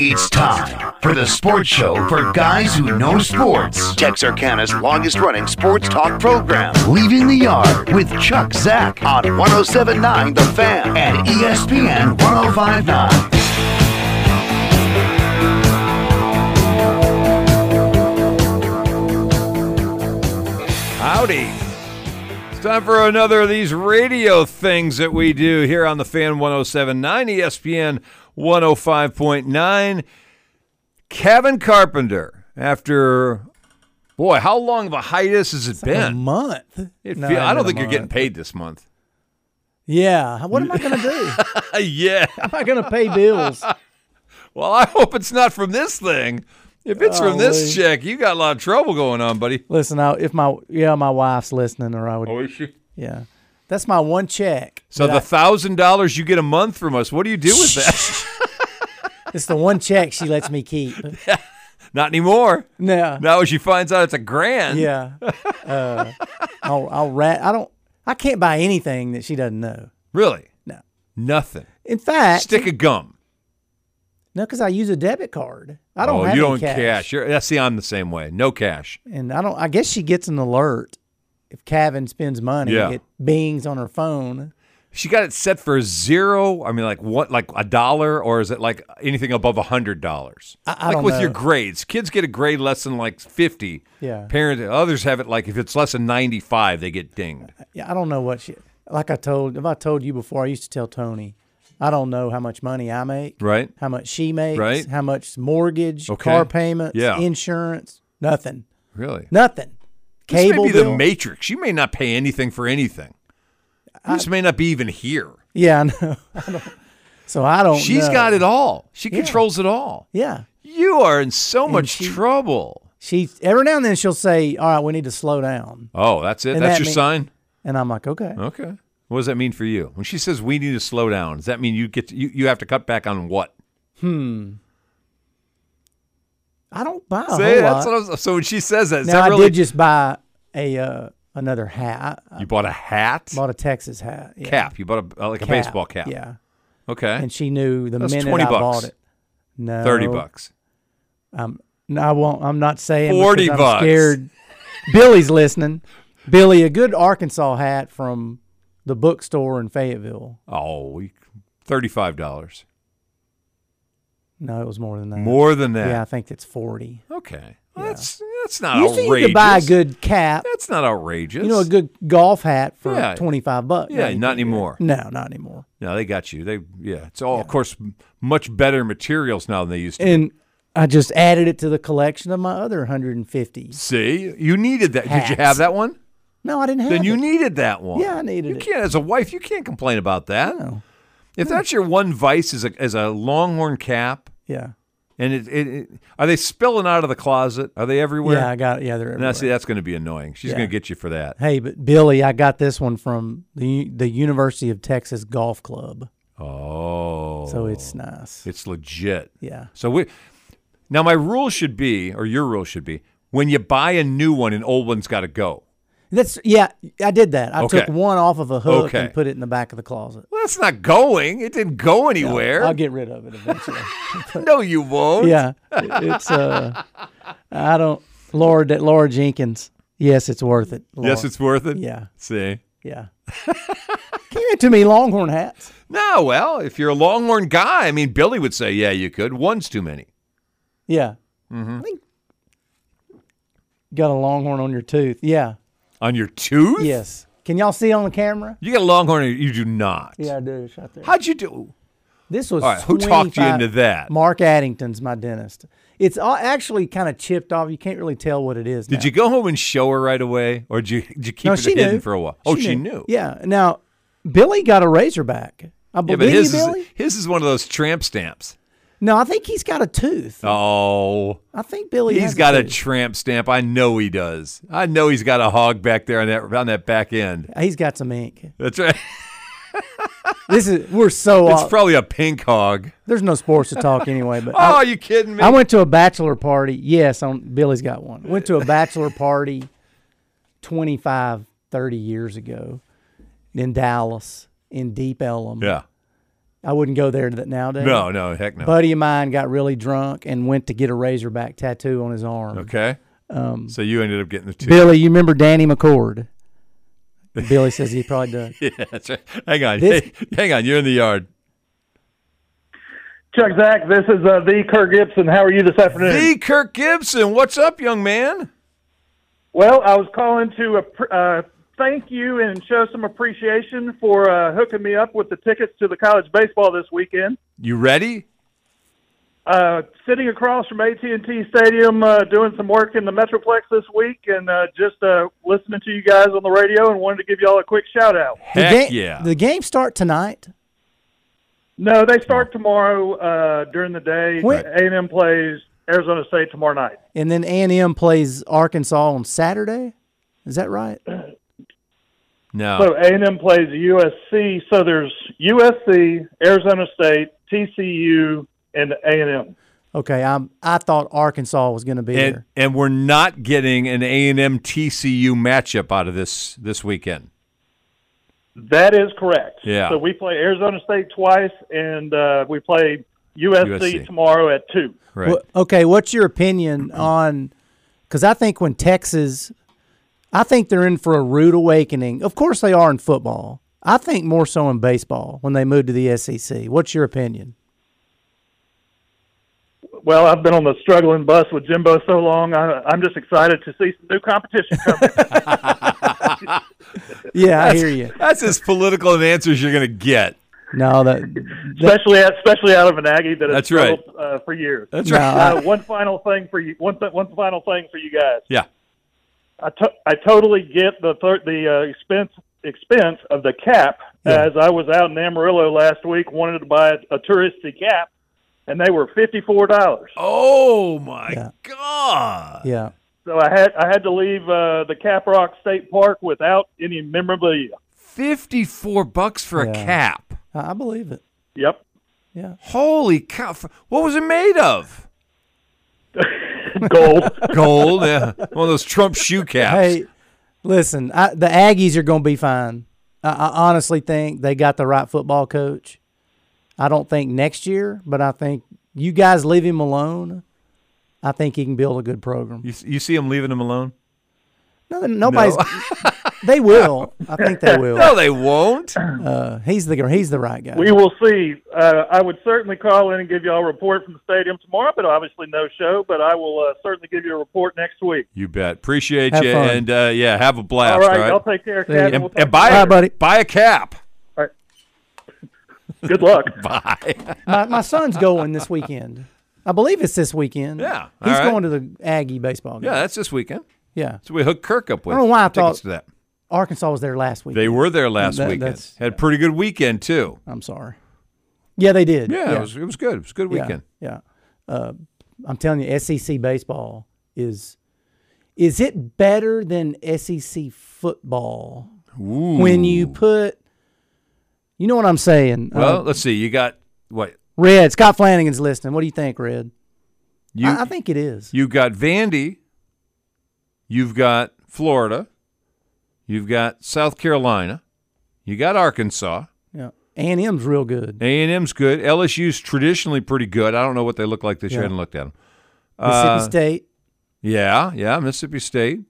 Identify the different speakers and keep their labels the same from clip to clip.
Speaker 1: It's time for the sports show for guys who know sports.
Speaker 2: Texarkana's longest running sports talk program.
Speaker 1: Leaving the Yard with Chuck Zack oh
Speaker 2: On 1079 The Fan.
Speaker 1: and E ESPN 1059.
Speaker 3: Howdy. It's time for another of these radio things that we do here on the Fan 1079, ESPN 105.9. Kevin Carpenter, after, boy, how long of a hiatus has it
Speaker 4: a
Speaker 3: been?
Speaker 4: month.
Speaker 3: It
Speaker 4: No,
Speaker 3: feel- I
Speaker 4: not
Speaker 3: don't
Speaker 4: a
Speaker 3: think you're getting
Speaker 4: month.
Speaker 3: paid this month.
Speaker 4: Yeah. What am I going to do?
Speaker 3: yeah.
Speaker 4: I'm not going to pay bills.
Speaker 3: Well, I hope it's not from this thing. If it's from this
Speaker 4: Golly.
Speaker 3: check, you got a lot of trouble going on, buddy.
Speaker 4: Listen, I, if my yeah, my wife's listening, or I would yeah. That's my one check.
Speaker 3: So
Speaker 4: that
Speaker 3: the thousand dollars you get a month from us, what do you do with that?
Speaker 4: I- it's the one check she lets me keep.
Speaker 3: not anymore.
Speaker 4: No.
Speaker 3: Now she finds out it's a grand.
Speaker 4: Yeah. Uh, I'll, I'll rat. I don't. I can't buy anything that she doesn't know.
Speaker 3: Really?
Speaker 4: No.
Speaker 3: Nothing.
Speaker 4: In fact,
Speaker 3: Stick of gum.
Speaker 4: no, because I use a debit card. I don't
Speaker 3: oh,
Speaker 4: have
Speaker 3: you
Speaker 4: any
Speaker 3: don't cash. You're, yeah, see, I'm the same way. No cash.
Speaker 4: and I don't. I guess she gets an alert if Kevin spends money.
Speaker 3: Yeah.
Speaker 4: It bings on her phone.
Speaker 3: She got it set for zero. I mean, like what? Like a dollar, or is it like anything above a hundred dollars?
Speaker 4: I- I
Speaker 3: Like
Speaker 4: don't
Speaker 3: with your
Speaker 4: know.
Speaker 3: grades, kids get a grade less than like fifty.
Speaker 4: Yeah.
Speaker 3: Parents, others have it like if it's less than ninety-five, they get dinged.
Speaker 4: Yeah, I don't know what she. Like I told, if I told you before, I used to tell Tony, I don't know how much money I make,
Speaker 3: Right.
Speaker 4: how much she makes,
Speaker 3: Right.
Speaker 4: how much mortgage,
Speaker 3: Okay.
Speaker 4: car payments,
Speaker 3: Yeah.
Speaker 4: insurance, nothing,
Speaker 3: Really.
Speaker 4: nothing.
Speaker 3: This
Speaker 4: Cable
Speaker 3: may be the
Speaker 4: bill.
Speaker 3: Matrix. You may not pay anything for anything. This may not be even here.
Speaker 4: yeah, I know. I don't, so I don't.
Speaker 3: She's
Speaker 4: know.
Speaker 3: got it all. She controls it all.
Speaker 4: Yeah,
Speaker 3: You are in so much
Speaker 4: she-
Speaker 3: trouble.
Speaker 4: she every now and then she'll say, "All right, we need to slow down,"
Speaker 3: Oh, that's it.
Speaker 4: And
Speaker 3: that's
Speaker 4: that
Speaker 3: your
Speaker 4: mean-
Speaker 3: sign.
Speaker 4: and I'm like, "Okay."
Speaker 3: Okay. What does that mean for you? When she says we need to slow down, does that mean you get to, you you have to cut back on what?
Speaker 4: I don't buy a
Speaker 3: Say,
Speaker 4: whole
Speaker 3: that's
Speaker 4: lot.
Speaker 3: what I was- so when she says that, is
Speaker 4: now
Speaker 3: that
Speaker 4: I
Speaker 3: really
Speaker 4: did just buy a uh, another hat. I, I
Speaker 3: you bought a hat,
Speaker 4: bought a Texas hat. Yeah.
Speaker 3: cap? You bought a uh, like a
Speaker 4: Cap,
Speaker 3: baseball cap.
Speaker 4: Yeah.
Speaker 3: Okay.
Speaker 4: and she knew the
Speaker 3: That's
Speaker 4: minute
Speaker 3: 20
Speaker 4: I
Speaker 3: bucks.
Speaker 4: bought it. No,
Speaker 3: Thirty bucks.
Speaker 4: No, I won't. I'm not saying
Speaker 3: 40
Speaker 4: because I'm
Speaker 3: bucks.
Speaker 4: Scared. Billy's listening. Billy, a good Arkansas hat from the bookstore in Fayetteville.
Speaker 3: Oh, we, thirty-five dollars.
Speaker 4: No, it was more than that.
Speaker 3: More than that.
Speaker 4: Yeah, I think it's forty.
Speaker 3: Okay. Well, That's that's not
Speaker 4: you think
Speaker 3: outrageous.
Speaker 4: you could buy a good cap,
Speaker 3: that's not outrageous.
Speaker 4: you know, a good golf hat for
Speaker 3: Yeah.
Speaker 4: twenty five bucks. No,
Speaker 3: Yeah,
Speaker 4: you
Speaker 3: not
Speaker 4: can't do that.
Speaker 3: anymore.
Speaker 4: No, not anymore.
Speaker 3: No, they got you. They yeah. It's all of course m- much better materials now than they used to.
Speaker 4: And I just added it to the collection of my other hundred and fifty.
Speaker 3: See, you needed that. Did you have
Speaker 4: Hats.
Speaker 3: that one?
Speaker 4: No, I didn't have.
Speaker 3: Then you
Speaker 4: it.
Speaker 3: needed that one.
Speaker 4: Yeah, I needed
Speaker 3: you
Speaker 4: it.
Speaker 3: can't, as a wife, you can't complain about that. If that's your one vice is a, is a longhorn cap,
Speaker 4: Yeah,
Speaker 3: and it, it, it- are they spilling out of the closet? Are they everywhere?
Speaker 4: yeah, I got. Yeah, they're.
Speaker 3: Now,
Speaker 4: everywhere.
Speaker 3: see, that's going to be annoying. She's
Speaker 4: Yeah.
Speaker 3: going to get you for that.
Speaker 4: Hey, but Billy, I got this one from the U- the University of Texas Golf Club,
Speaker 3: Oh,
Speaker 4: so it's nice.
Speaker 3: it's legit.
Speaker 4: Yeah,
Speaker 3: So we now my rule should be, or your rule should be, when you buy a new one, an old one's got to go.
Speaker 4: that's yeah. I did that. I took
Speaker 3: Okay.
Speaker 4: one off of a hook
Speaker 3: Okay.
Speaker 4: and put it in the back of the closet.
Speaker 3: Well, that's not going. It didn't go anywhere.
Speaker 4: I'll get rid of it eventually.
Speaker 3: no, you won't.
Speaker 4: yeah, it's uh, I don't. Laura, that Laura Jenkins. Yes, it's worth it. Laura.
Speaker 3: Yes, it's worth it.
Speaker 4: Yeah,
Speaker 3: See.
Speaker 4: yeah. Can you get too many Longhorn hats?
Speaker 3: No, well, if you're a Longhorn guy, I mean, Billy would say, yeah, you could. One's too many.
Speaker 4: Yeah.
Speaker 3: Mm-hmm.
Speaker 4: I think got a Longhorn on your tooth. Yeah.
Speaker 3: On your tooth?
Speaker 4: Yes. Can y'all see on the camera?
Speaker 3: You got a Longhorn, or you do not.
Speaker 4: Yeah, I do. It's right there.
Speaker 3: How'd you do?
Speaker 4: This was
Speaker 3: All right, who talked you
Speaker 4: 25
Speaker 3: into that?
Speaker 4: Mark Addington's my dentist. It's all actually kind of chipped off. You can't really tell what it is.
Speaker 3: Did you go home and show her right away, or did you, did you keep
Speaker 4: No,
Speaker 3: it
Speaker 4: she
Speaker 3: hidden
Speaker 4: knew.
Speaker 3: for a while? Oh, she, knew.
Speaker 4: Yeah. Now, Billy got a Razorback. I
Speaker 3: Yeah,
Speaker 4: believe
Speaker 3: but his
Speaker 4: you,
Speaker 3: is,
Speaker 4: Billy.
Speaker 3: his is one of those tramp stamps.
Speaker 4: No, I think he's got a tooth.
Speaker 3: Oh,
Speaker 4: I think Billy.
Speaker 3: he's
Speaker 4: has
Speaker 3: got a
Speaker 4: tooth.
Speaker 3: tramp stamp. I know he does. I know he's got a hog back there on that on that back end.
Speaker 4: he's got some ink.
Speaker 3: That's right.
Speaker 4: This is we're so
Speaker 3: It's
Speaker 4: off.
Speaker 3: probably a pink hog.
Speaker 4: There's no sports to talk anyway. But
Speaker 3: Oh,
Speaker 4: I-
Speaker 3: are you kidding me?
Speaker 4: I went to a bachelor party. Yes, on Billy's got one. Went to a bachelor party 25, 30 years ago in Dallas in Deep Ellum.
Speaker 3: yeah.
Speaker 4: I wouldn't go there that nowadays.
Speaker 3: No, no, heck no.
Speaker 4: buddy of mine got really drunk and went to get a Razorback tattoo on his arm.
Speaker 3: okay.
Speaker 4: Um,
Speaker 3: so you ended up getting the two.
Speaker 4: Billy, you remember Danny McCord? Billy says he probably does.
Speaker 3: yeah, that's right. Hang on.
Speaker 4: This-
Speaker 3: Hey, hang on. You're in the yard.
Speaker 5: Chuck Zach, this is uh, the Kirk Gibson. How are you this afternoon?
Speaker 3: The Kirk Gibson. What's up, young man?
Speaker 5: Well, I was calling to appr- uh, thank you and show some appreciation for uh, hooking me up with the tickets to the college baseball this weekend.
Speaker 3: You ready?
Speaker 5: Uh, sitting across from AT&T Stadium, uh, doing some work in the Metroplex this week, and uh, just uh, listening to you guys on the radio, and wanted to give y'all a quick shout out.
Speaker 4: the game,
Speaker 3: Heck yeah.
Speaker 4: The game start tonight.
Speaker 5: No, they start tomorrow uh, during the day.
Speaker 4: When-
Speaker 5: A&M plays Arizona State tomorrow night.
Speaker 4: And then A&M plays Arkansas on Saturday. Is that right?
Speaker 3: No.
Speaker 5: So A&M plays USC. So there's USC, Arizona State, TCU, and A&M.
Speaker 4: Okay, I I thought Arkansas was going to be
Speaker 3: and
Speaker 4: there.
Speaker 3: and we're not getting an A and M TCU matchup out of this this weekend.
Speaker 5: That is correct.
Speaker 3: Yeah.
Speaker 5: So we play Arizona State twice, and uh, we play USC,
Speaker 3: USC.
Speaker 5: tomorrow at two.
Speaker 3: Right.
Speaker 4: Wha- okay, what's your opinion on? Because I think when Texas, I think they're in for a rude awakening. Of course they are in football. I think more so in baseball when they move to the SEC. What's your opinion?
Speaker 5: Well, I've been on the struggling bus with Jimbo so long. I, I'm just excited to see some new competition coming.
Speaker 4: Yeah, I hear you.
Speaker 3: That's as political an answer as you're going to get.
Speaker 4: No, that, that
Speaker 5: especially especially out of an Aggie that has
Speaker 3: That's right.
Speaker 5: struggled, uh, for years.
Speaker 3: That's
Speaker 4: no,
Speaker 3: right.
Speaker 5: uh, one final thing for you. One th- one final thing for you guys.
Speaker 3: Yeah.
Speaker 5: I to- I totally get the thir- the uh, expense expense of the cap. As I was out in Amarillo last week, wanted to buy a, a touristy cap, and they were fifty four dollars.
Speaker 3: Oh my
Speaker 4: Yeah.
Speaker 3: God.
Speaker 4: yeah.
Speaker 5: So I had I had to leave uh, the Cap Rock State Park without any memorabilia.
Speaker 3: Fifty four bucks for a
Speaker 4: Yeah.
Speaker 3: cap.
Speaker 4: I I believe it.
Speaker 5: Yep.
Speaker 4: Yeah.
Speaker 3: Holy cow! F- What was it made of?
Speaker 5: Gold.
Speaker 3: Gold. yeah. One of those Trump shoe caps.
Speaker 4: Hey, listen, I, the Aggies are going to be fine. I, I honestly think they got the right football coach. I don't think next year, but I think you guys leave him alone. I think he can build a good program.
Speaker 3: You, you see him leaving him alone?
Speaker 4: No, nobody's. they will. I think they will.
Speaker 3: No, they won't.
Speaker 4: Uh, he's the he's the right guy.
Speaker 5: we will see. Uh, I would certainly call in and give y'all a report from the stadium tomorrow, but obviously no show. But I will uh, certainly give you a report next week.
Speaker 3: You bet. Appreciate
Speaker 4: Have
Speaker 3: you.
Speaker 4: fun.
Speaker 3: And uh, yeah, have a blast.
Speaker 5: All right, y'all take care,
Speaker 4: you.
Speaker 5: Cap.
Speaker 3: and,
Speaker 5: We'll
Speaker 3: and
Speaker 5: talk
Speaker 3: buy
Speaker 4: Bye,
Speaker 3: a,
Speaker 4: buddy.
Speaker 3: buy a cap.
Speaker 5: Good luck.
Speaker 3: Bye.
Speaker 4: my, my son's going this weekend. I believe it's this weekend.
Speaker 3: Yeah, all
Speaker 4: he's
Speaker 3: right.
Speaker 4: going to the Aggie baseball game.
Speaker 3: Yeah, that's this weekend.
Speaker 4: yeah.
Speaker 3: So we hooked Kirk up with.
Speaker 4: I don't know why I
Speaker 3: tickets
Speaker 4: thought-
Speaker 3: to that.
Speaker 4: Arkansas was there last week.
Speaker 3: They were there last
Speaker 4: That-
Speaker 3: weekend.
Speaker 4: that's-
Speaker 3: Had a pretty good weekend too.
Speaker 4: I'm sorry. Yeah, they did.
Speaker 3: Yeah, It, was, it was good. It was a good
Speaker 4: Yeah,
Speaker 3: weekend.
Speaker 4: Yeah. Uh, I'm telling you, SEC baseball is is it better than SEC football
Speaker 3: Ooh.
Speaker 4: when you put you know what I'm saying?
Speaker 3: well,
Speaker 4: Uh,
Speaker 3: let's see. You got what?
Speaker 4: Red, Scott Flanagan's listening. What do you think, Red?
Speaker 3: You
Speaker 4: I, I think it is.
Speaker 3: you got Vandy. You've got Florida. You've got South Carolina. You got Arkansas.
Speaker 4: yeah. A&M's real good.
Speaker 3: A and M's good. LSU's traditionally pretty good. I don't know what they look like this year.
Speaker 4: Yeah.
Speaker 3: I haven't looked at them. Uh,
Speaker 4: Mississippi State.
Speaker 3: Yeah, yeah. Mississippi State.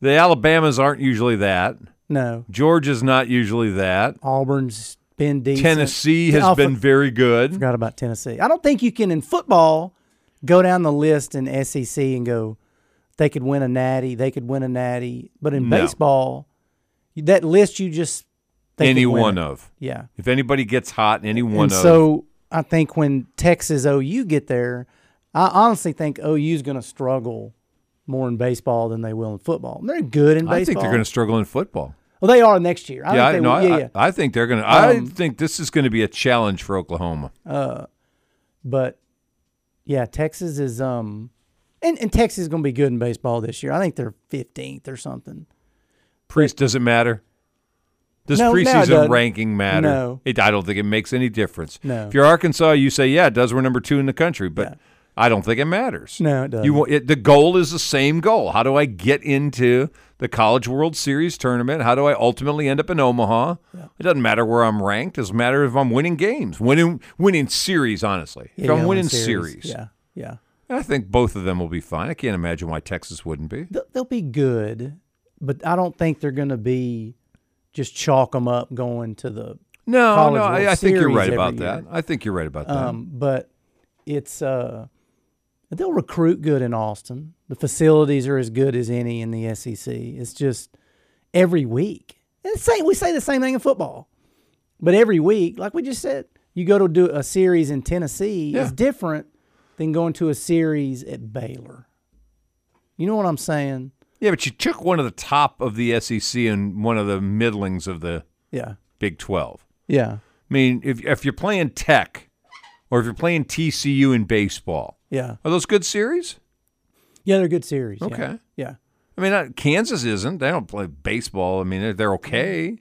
Speaker 3: The Alabamas aren't usually that.
Speaker 4: No.
Speaker 3: Georgia's not usually that.
Speaker 4: Auburn's been decent.
Speaker 3: Tennessee has
Speaker 4: Oh, I
Speaker 3: been very good.
Speaker 4: forgot about Tennessee. I don't think you can in football go down the list in SEC and go they could win a natty, they could win a natty, but in
Speaker 3: No.
Speaker 4: baseball that list you just they could
Speaker 3: Any
Speaker 4: win
Speaker 3: one
Speaker 4: it.
Speaker 3: of.
Speaker 4: yeah.
Speaker 3: If anybody gets hot, any one
Speaker 4: and
Speaker 3: of.
Speaker 4: so I think when Texas OU get there, I honestly think OU's going to struggle more in baseball than they will in football. They're good in baseball.
Speaker 3: I think they're going to struggle in football.
Speaker 4: Well, they are next year. I think
Speaker 3: yeah, I,
Speaker 4: they
Speaker 3: no,
Speaker 4: will.
Speaker 3: I,
Speaker 4: yeah,
Speaker 3: I-
Speaker 4: yeah.
Speaker 3: I think they're going to. I
Speaker 4: Um,
Speaker 3: think this is going to be a challenge for Oklahoma.
Speaker 4: But yeah, Texas is um and, and Texas is gonna be good in baseball this year. I think they're fifteenth or something.
Speaker 3: Priest doesn't matter. Does
Speaker 4: No, no, it
Speaker 3: preseason
Speaker 4: doesn't.
Speaker 3: ranking matter?
Speaker 4: No.
Speaker 3: It, I don't think it makes any difference.
Speaker 4: No.
Speaker 3: If you're Arkansas, you say, yeah, it does. We're number two in the country, but I don't think it matters.
Speaker 4: No, it doesn't.
Speaker 3: You want it, the goal is the same goal. How do I get into the College World Series tournament. How do I ultimately end up in Omaha? It doesn't matter where I'm ranked. It doesn't matter if I'm winning games, winning winning series. Honestly,
Speaker 4: Yeah,
Speaker 3: if
Speaker 4: you
Speaker 3: I'm
Speaker 4: gotta win
Speaker 3: winning series,
Speaker 4: Yeah, yeah.
Speaker 3: I think both of them will be fine. I can't imagine why Texas wouldn't be.
Speaker 4: They'll, they'll be good, but I don't think they're going to be just chalk them up going to the.
Speaker 3: No,
Speaker 4: College
Speaker 3: no,
Speaker 4: World
Speaker 3: I, I think you're
Speaker 4: Series
Speaker 3: right
Speaker 4: every
Speaker 3: about
Speaker 4: year.
Speaker 3: that. I think you're right about that.
Speaker 4: Um, but it's uh, they'll recruit good in Austin. The facilities are as good as any in the SEC. It's just every week. And it's same, we say the same thing in football, but every week, like we just said, you go to do a series in Tennessee
Speaker 3: Yeah.
Speaker 4: is different than going to a series at Baylor. You know what I'm saying?
Speaker 3: Yeah, but you took one of the top of the SEC and one of the middlings of the
Speaker 4: Yeah.
Speaker 3: Big 12.
Speaker 4: Yeah.
Speaker 3: I mean, if, if you're playing Tech or if you're playing TCU in baseball,
Speaker 4: Yeah.
Speaker 3: are those good series?
Speaker 4: Yeah, they're good series. yeah.
Speaker 3: Okay.
Speaker 4: Yeah.
Speaker 3: I mean, uh, Kansas isn't. They don't play baseball. I mean, they're, they're okay.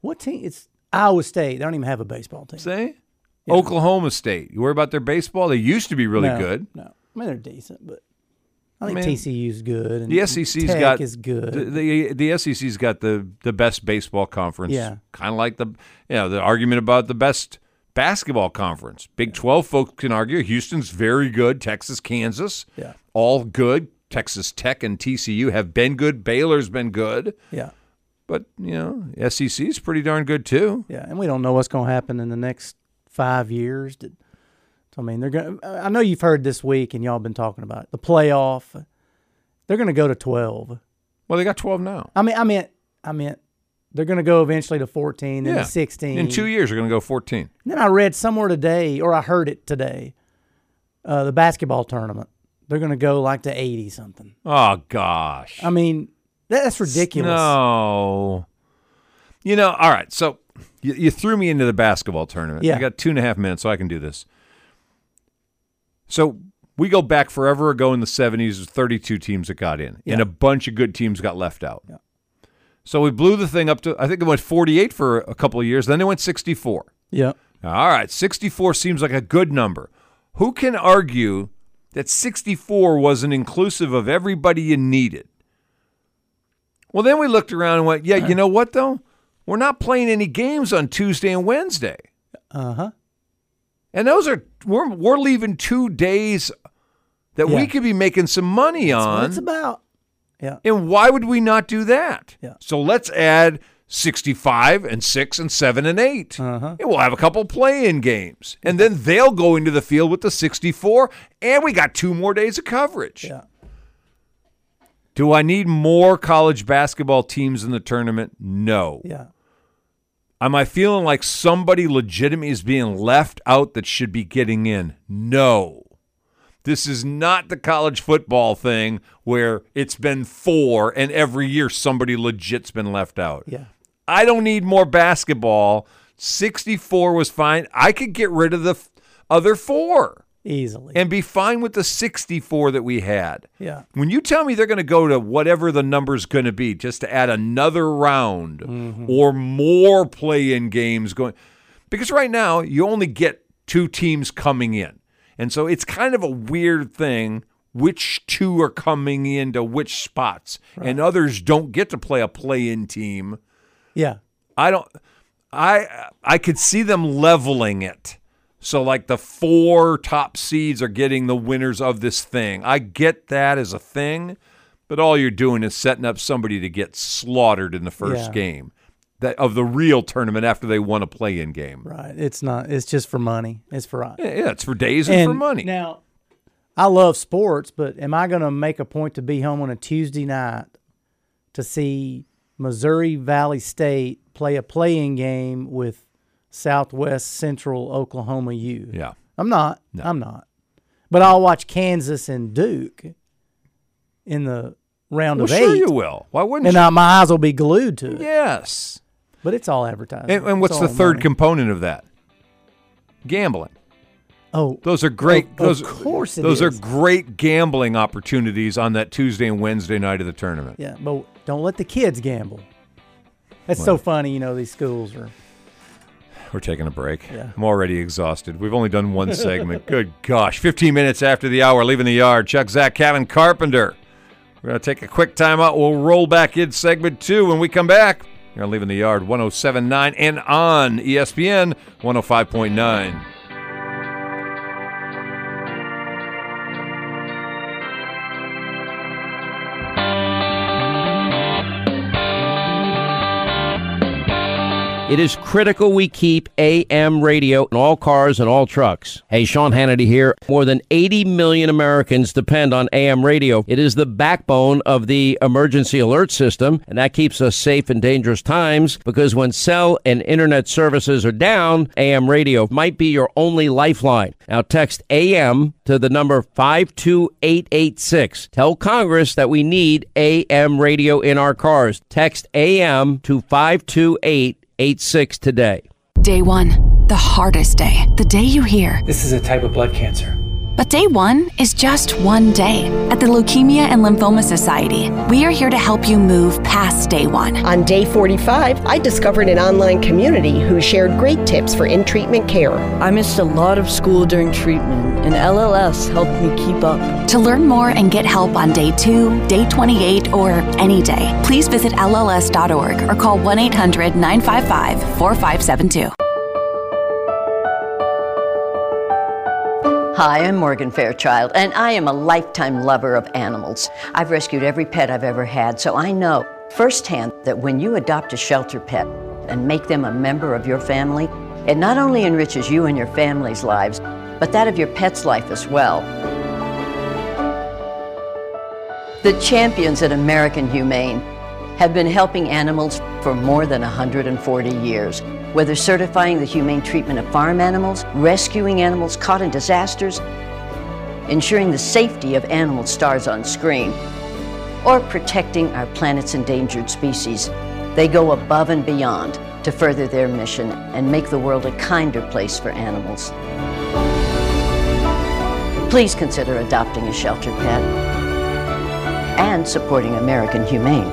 Speaker 4: What team? It's Iowa State. They don't even have a baseball team.
Speaker 3: Say, Oklahoma State. You worry about their baseball? They used to be really
Speaker 4: no,
Speaker 3: good.
Speaker 4: No, I mean they're decent, but I think
Speaker 3: mean,
Speaker 4: TCU's good. And
Speaker 3: The SEC's
Speaker 4: Tech
Speaker 3: got
Speaker 4: is good.
Speaker 3: The, the the SEC's got the the best baseball conference.
Speaker 4: Yeah.
Speaker 3: kind of like the you know the argument about the best basketball conference. Big Twelve folks can argue Houston's very good. Texas, Kansas,
Speaker 4: Yeah.
Speaker 3: all good. Texas Tech and TCU have been good. Baylor's been good,
Speaker 4: yeah,
Speaker 3: but you know SEC's pretty darn good too.
Speaker 4: yeah, and we don't know what's going to happen in the next five years. That- so, I mean, they're going. to I know you've heard this week, and y'all been talking about it, the playoff. They're going to go to twelve.
Speaker 3: Well, they got twelve now.
Speaker 4: I mean, I meant, I meant they're going to go eventually to fourteen, then
Speaker 3: yeah,
Speaker 4: to sixteen.
Speaker 3: In two years, they're going to go fourteen.
Speaker 4: And then I read somewhere today, or I heard it today, uh, the basketball tournament. They're going to go like to eighty something.
Speaker 3: Oh gosh.
Speaker 4: I mean, that, that's ridiculous.
Speaker 3: No. You know, all right. So you, you threw me into the basketball tournament.
Speaker 4: Yeah.
Speaker 3: I got two and a half minutes, so I can do this. So we go back forever ago in the 70s, with 32 teams that got in, and
Speaker 4: Yeah.
Speaker 3: a bunch of good teams got left out. So we blew the thing up to, I think it went 48 for a couple of years, then it went 64.
Speaker 4: Yep.
Speaker 3: All right, 64 seems like a good number. Who can argue that 64 wasn't inclusive of everybody you needed? Well, then we looked around and went, yeah, you know what, though? We're not playing any games on Tuesday and Wednesday.
Speaker 4: Uh huh.
Speaker 3: And those are, we're, we're leaving two days that we
Speaker 4: Yeah.
Speaker 3: could be making some money
Speaker 4: What
Speaker 3: on.
Speaker 4: it's about.
Speaker 3: And why would we not do that?
Speaker 4: Yeah.
Speaker 3: So let's add 65 and 6 and 7 and 8.
Speaker 4: Uh-huh.
Speaker 3: And we'll have a couple play in games. And then they'll go into the field with the 64, and we got two more days of coverage.
Speaker 4: Yeah.
Speaker 3: Do I need more college basketball teams in the tournament? No.
Speaker 4: Yeah.
Speaker 3: Am I feeling like somebody legitimately is being left out that should be getting in? No. This is not the college football thing where it's been four and every year somebody legit's been left out.
Speaker 4: Yeah.
Speaker 3: I don't need more basketball. 64 was fine. I could get rid of the f- other four
Speaker 4: Easily.
Speaker 3: and be fine with the 64 that we had.
Speaker 4: yeah.
Speaker 3: When you tell me they're going to go to whatever the number's going to be just to add another round or more play in games going, because right now you only get two teams coming in. And so it's kind of a weird thing which two are coming into which spots and others don't get to play a play in team.
Speaker 4: Yeah.
Speaker 3: I don't. I I could see them leveling it. So like the four top seeds are getting the winners of this thing. I get that as a thing, but all you're doing is setting up somebody to get slaughtered in the first
Speaker 4: Yeah.
Speaker 3: game that of the real tournament after they won a play-in game.
Speaker 4: Right. It's not. It's just for money. It's for
Speaker 3: Yeah, yeah, it's for days and, for money.
Speaker 4: Now, I love sports, but am I going to make a point to be home on a Tuesday night to see Missouri Valley State play a playing game with Southwest Central Oklahoma U?
Speaker 3: yeah.
Speaker 4: I'm not. I'm not. But I'll watch Kansas and Duke in the round
Speaker 3: Well,
Speaker 4: of
Speaker 3: sure
Speaker 4: eight,
Speaker 3: you will. Why wouldn't
Speaker 4: and
Speaker 3: you?
Speaker 4: I, my eyes will be glued to it.
Speaker 3: yes.
Speaker 4: But it's all advertising.
Speaker 3: And, and
Speaker 4: It's
Speaker 3: what's the
Speaker 4: all
Speaker 3: third
Speaker 4: money.
Speaker 3: component of that? Gambling.
Speaker 4: oh,
Speaker 3: Those are great.
Speaker 4: Of- of
Speaker 3: those,
Speaker 4: course it
Speaker 3: those
Speaker 4: is.
Speaker 3: are great gambling opportunities on that Tuesday and Wednesday night of the tournament.
Speaker 4: yeah. But don't let the kids gamble. That's so funny. You know these schools are.
Speaker 3: We're taking a break.
Speaker 4: Yeah.
Speaker 3: I'm already exhausted. We've only done one segment. Good gosh. 15 minutes after the hour, leaving the yard. Chuck, Zach, Kevin Carpenter. We're going to take a quick timeout. We'll roll back in segment two when we come back. You're leaving the yard 1079 and on E ESPN 105.9.
Speaker 6: It is critical we keep AM radio in all cars and all trucks. Hey, Sean Hannity here. More than 80 million Americans depend on AM radio. It is the backbone of the emergency alert system, and that keeps us safe in dangerous times because when cell and internet services are down, AM radio might be your only lifeline. Now, text AM to the number 52886. Tell Congress that we need AM radio in our cars. Text AM to 52886. 86 today.
Speaker 7: Day one, the hardest day, the day you hear.
Speaker 8: This is a type of blood cancer.
Speaker 7: But day one is just one day. At the Leukemia and Lymphoma Society, we are here to help you move past day one.
Speaker 9: On day 45, I discovered an online community who shared great tips for in treatment care.
Speaker 10: I missed a lot of school during treatment, and LLS helped me keep up.
Speaker 7: To learn more and get help on day two, day 28, or any day, please visit LLS.org or call 1 800 955 4572.
Speaker 11: Hi, I'm Morgan Fairchild, and I am a lifetime lover of animals. I've rescued every pet I've ever had, so I know firsthand that when you adopt a shelter pet and make them a member of your family, it not only enriches you and your family's lives, but that of your pet's life as well. The champions at American Humane have been helping animals for more than 140 years. Whether certifying the humane treatment of farm animals, rescuing animals caught in disasters, ensuring the safety of animal stars on screen, or protecting our planet's endangered species, they go above and beyond to further their mission and make the world a kinder place for animals. Please consider adopting a shelter pet and supporting American Humane.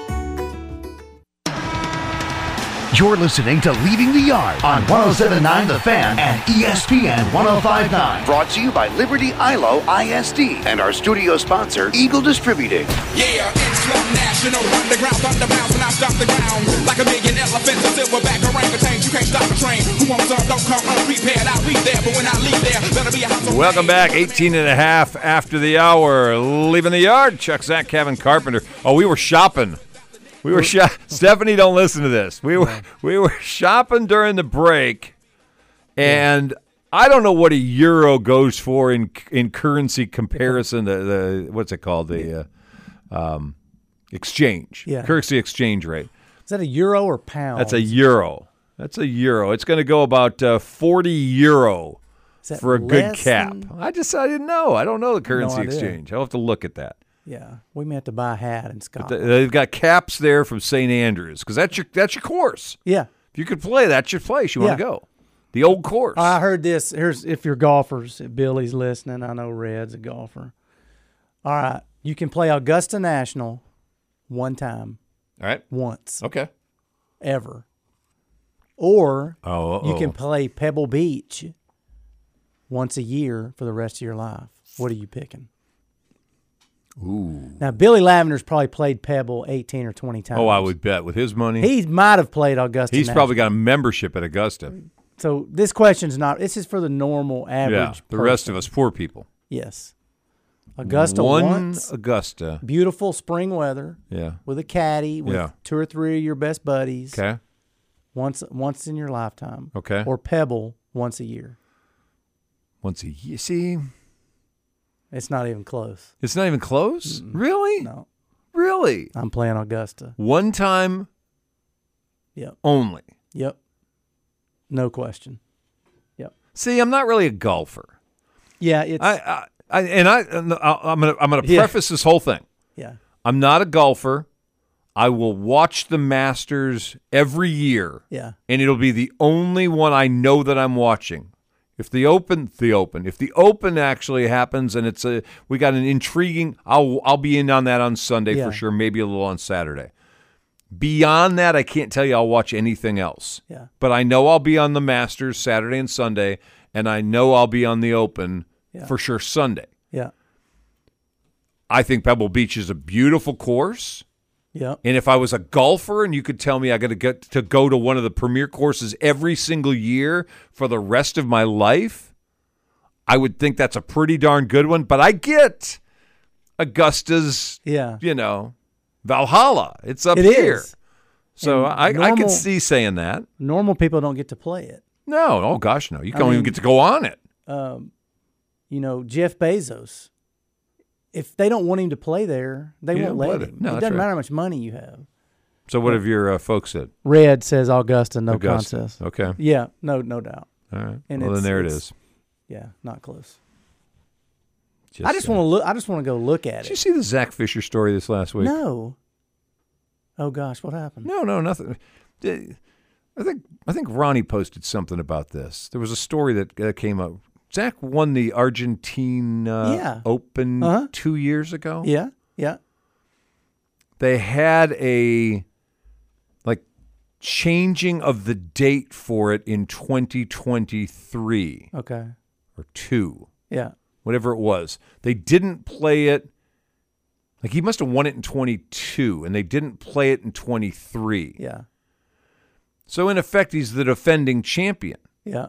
Speaker 1: You're listening to Leaving the Yard on 1079 The Fan and
Speaker 2: E
Speaker 1: ESPN 1059.
Speaker 2: Brought to you by Liberty ILO ISD and our studio sponsor, Eagle Distributing.
Speaker 12: Yeah, it's Slump National, underground, thunder bounce, and I stop the ground. Like a million elephants, a silverback orangutans, you can't stop a train. Who wants up, don't come unprepared, I'll be there, but when I leave there, better be a house of
Speaker 3: Welcome
Speaker 12: pain.
Speaker 3: back, 18 and a half after the hour. Leaving the yard, Chuck Zach, Kevin Carpenter. Oh, we were shopping. We were shop. Stephanie, don't listen to this. We were we were shopping during the break, and I don't know what a euro goes for in in currency comparison. The, the what's it called? The uh, um, exchange
Speaker 4: Yeah. Oh,
Speaker 3: currency exchange rate.
Speaker 4: Is that a euro or pound?
Speaker 3: That's a euro. That's a euro. It's going to go about uh, forty euro
Speaker 4: that
Speaker 3: for a good
Speaker 4: less
Speaker 3: cap.
Speaker 4: than-
Speaker 3: I just I didn't know. I don't know the currency
Speaker 4: idea.
Speaker 3: exchange. I'll have to look at that.
Speaker 4: Yeah, we may have to buy a hat in
Speaker 3: Th-
Speaker 4: Scotland.
Speaker 3: They've got caps there from St Andrews because that's your that's your course.
Speaker 4: yeah.
Speaker 3: If you could play, that's your place. You want
Speaker 4: Yeah.
Speaker 3: to go. The old course.
Speaker 4: I heard this. Here's if you're golfers. If Billy's listening. I know Red's a golfer. All right, you can play Augusta National one time,
Speaker 3: All right.
Speaker 4: once
Speaker 3: Okay.
Speaker 4: ever, or
Speaker 3: Oh, uh-oh.
Speaker 4: you can play Pebble Beach once a year for the rest of your life. What are you picking? Ooh. Now Billy Lavender's probably played Pebble eighteen or twenty times.
Speaker 3: Oh, I would bet with his money,
Speaker 4: He might have played Augusta.
Speaker 3: he's
Speaker 4: National.
Speaker 3: probably got a membership at Augusta.
Speaker 4: So this question's not. This is for the normal average.
Speaker 3: Yeah. The rest
Speaker 4: person.
Speaker 3: of us poor people.
Speaker 4: Yes. Augusta
Speaker 3: One
Speaker 4: once.
Speaker 3: Augusta.
Speaker 4: Beautiful spring weather.
Speaker 3: Yeah.
Speaker 4: With a caddy, with
Speaker 3: Yeah.
Speaker 4: two or three of your best buddies.
Speaker 3: Okay.
Speaker 4: Once once in your lifetime.
Speaker 3: Okay.
Speaker 4: Or Pebble once a year.
Speaker 3: Once a year. See,
Speaker 4: It's not even close.
Speaker 3: it's not even close. Really?
Speaker 4: No.
Speaker 3: Really?
Speaker 4: I'm playing Augusta.
Speaker 3: One time
Speaker 4: Yep.
Speaker 3: only.
Speaker 4: Yep. No question. Yep.
Speaker 3: See, I'm not really a golfer.
Speaker 4: Yeah, it's
Speaker 3: I, I, I and I, and I- I'm gonna, I'm gonna
Speaker 4: Yeah.
Speaker 3: preface this whole thing.
Speaker 4: Yeah.
Speaker 3: I'm not a golfer. I will watch the Masters every year.
Speaker 4: Yeah.
Speaker 3: and it'll be the only one I know that I'm watching. If the open, the open. If the open actually happens, and it's a, we got an intriguing. I'll, I'll be in on that on Sunday
Speaker 4: Yeah.
Speaker 3: for sure. Maybe a little on Saturday. Beyond that, I can't tell you I'll watch anything else.
Speaker 4: Yeah.
Speaker 3: But I know I'll be on the Masters Saturday and Sunday, and I know I'll be on the Open
Speaker 4: Yeah.
Speaker 3: for sure Sunday.
Speaker 4: Yeah.
Speaker 3: I think Pebble Beach is a beautiful course.
Speaker 4: Yep.
Speaker 3: And if I was a golfer and you could tell me I got to get to go to one of the premier courses every single year for the rest of my life, I would think that's a pretty darn good one. But I get Augusta's,
Speaker 4: Yeah.
Speaker 3: you know, Valhalla. It's up
Speaker 4: It
Speaker 3: here.
Speaker 4: is.
Speaker 3: So
Speaker 4: And
Speaker 3: I, I
Speaker 4: normal-
Speaker 3: could see saying that.
Speaker 4: Normal people don't get to play it.
Speaker 3: No, oh gosh, no. You
Speaker 4: I
Speaker 3: don't even
Speaker 4: mean-
Speaker 3: get to go on it.
Speaker 4: um, you know, Jeff Bezos, if they don't want him to play there, they
Speaker 3: Yeah,
Speaker 4: won't let
Speaker 3: let
Speaker 4: him.
Speaker 3: him. No,
Speaker 4: it
Speaker 3: that's
Speaker 4: doesn't
Speaker 3: right.
Speaker 4: matter how much money you have.
Speaker 3: So what have your uh, folks said?
Speaker 4: Red says Augusta, no
Speaker 3: Augusta.
Speaker 4: contest.
Speaker 3: Okay.
Speaker 4: Yeah, no, no doubt.
Speaker 3: All right. Well, then
Speaker 4: it's-
Speaker 3: there it
Speaker 4: it's-
Speaker 3: is.
Speaker 4: Yeah, not close. I just want to
Speaker 3: uh,
Speaker 4: look. I just want to go look at it.
Speaker 3: Did you see the Zach Fisher story this last week?
Speaker 4: No. Oh gosh, what happened?
Speaker 3: No, no, nothing. Uh, I think I think Ronnie posted something about this. There was a story that uh, came up. Zach won the Argentine uh,
Speaker 4: Yeah.
Speaker 3: Open
Speaker 4: Uh-huh.
Speaker 3: two years ago.
Speaker 4: Yeah, yeah.
Speaker 3: they had a like changing of the date for it in 2023
Speaker 4: Okay.
Speaker 3: or two.
Speaker 4: Yeah.
Speaker 3: whatever it was. They didn't play it. Like he must have won it in 22, and they didn't play it in 23.
Speaker 4: Yeah.
Speaker 3: So in effect, he's the defending champion.
Speaker 4: Yeah.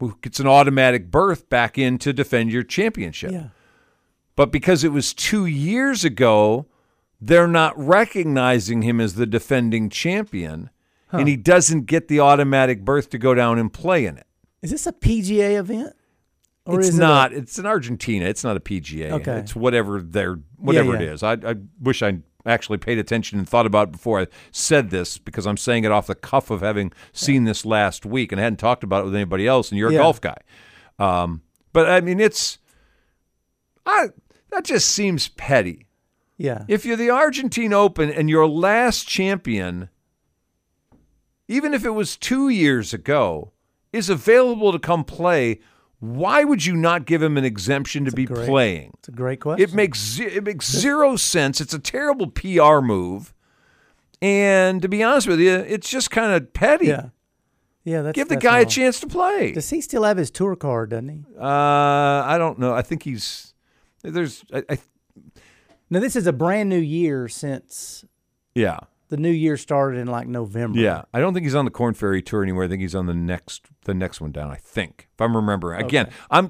Speaker 3: who gets an automatic berth back in to defend your championship.
Speaker 4: Yeah.
Speaker 3: But because it was two years ago, they're not recognizing him as the defending champion,
Speaker 4: Huh.
Speaker 3: and he doesn't get the automatic berth to go down and play in it.
Speaker 4: Is this a PGA event?
Speaker 3: it's
Speaker 4: is it a-
Speaker 3: not. it's in Argentina. It's not a PGA.
Speaker 4: Okay.
Speaker 3: It's whatever they're whatever
Speaker 4: yeah.
Speaker 3: it is. I, I wish I actually paid attention and thought about it before I said this because I'm saying it off the cuff of having seen this last week and hadn't talked about it with anybody else. And you're a
Speaker 4: Yeah.
Speaker 3: golf guy, um, but I mean, it's I that just seems petty.
Speaker 4: yeah.
Speaker 3: If you're the Argentine Open and your last champion, even if it was two years ago, is available to come play, why would you not give him an exemption to be
Speaker 4: great
Speaker 3: playing?
Speaker 4: It's a great question.
Speaker 3: It makes ze- it makes zero sense. It's a terrible PR move, and to be honest with you, it's just kind of petty.
Speaker 4: Yeah. Yeah. That's
Speaker 3: give the
Speaker 4: that's
Speaker 3: guy a
Speaker 4: wrong.
Speaker 3: chance to play.
Speaker 4: Does he still have his tour card? Doesn't he?
Speaker 3: Uh, I don't know. I think he's there's. I, I,
Speaker 4: Now this is a brand new year since
Speaker 3: yeah.
Speaker 4: the new year started in like November.
Speaker 3: Yeah, I don't think he's on the Corn Ferry tour anywhere. I think he's on the next the next one down. I think, if I'm remembering. Again, I'm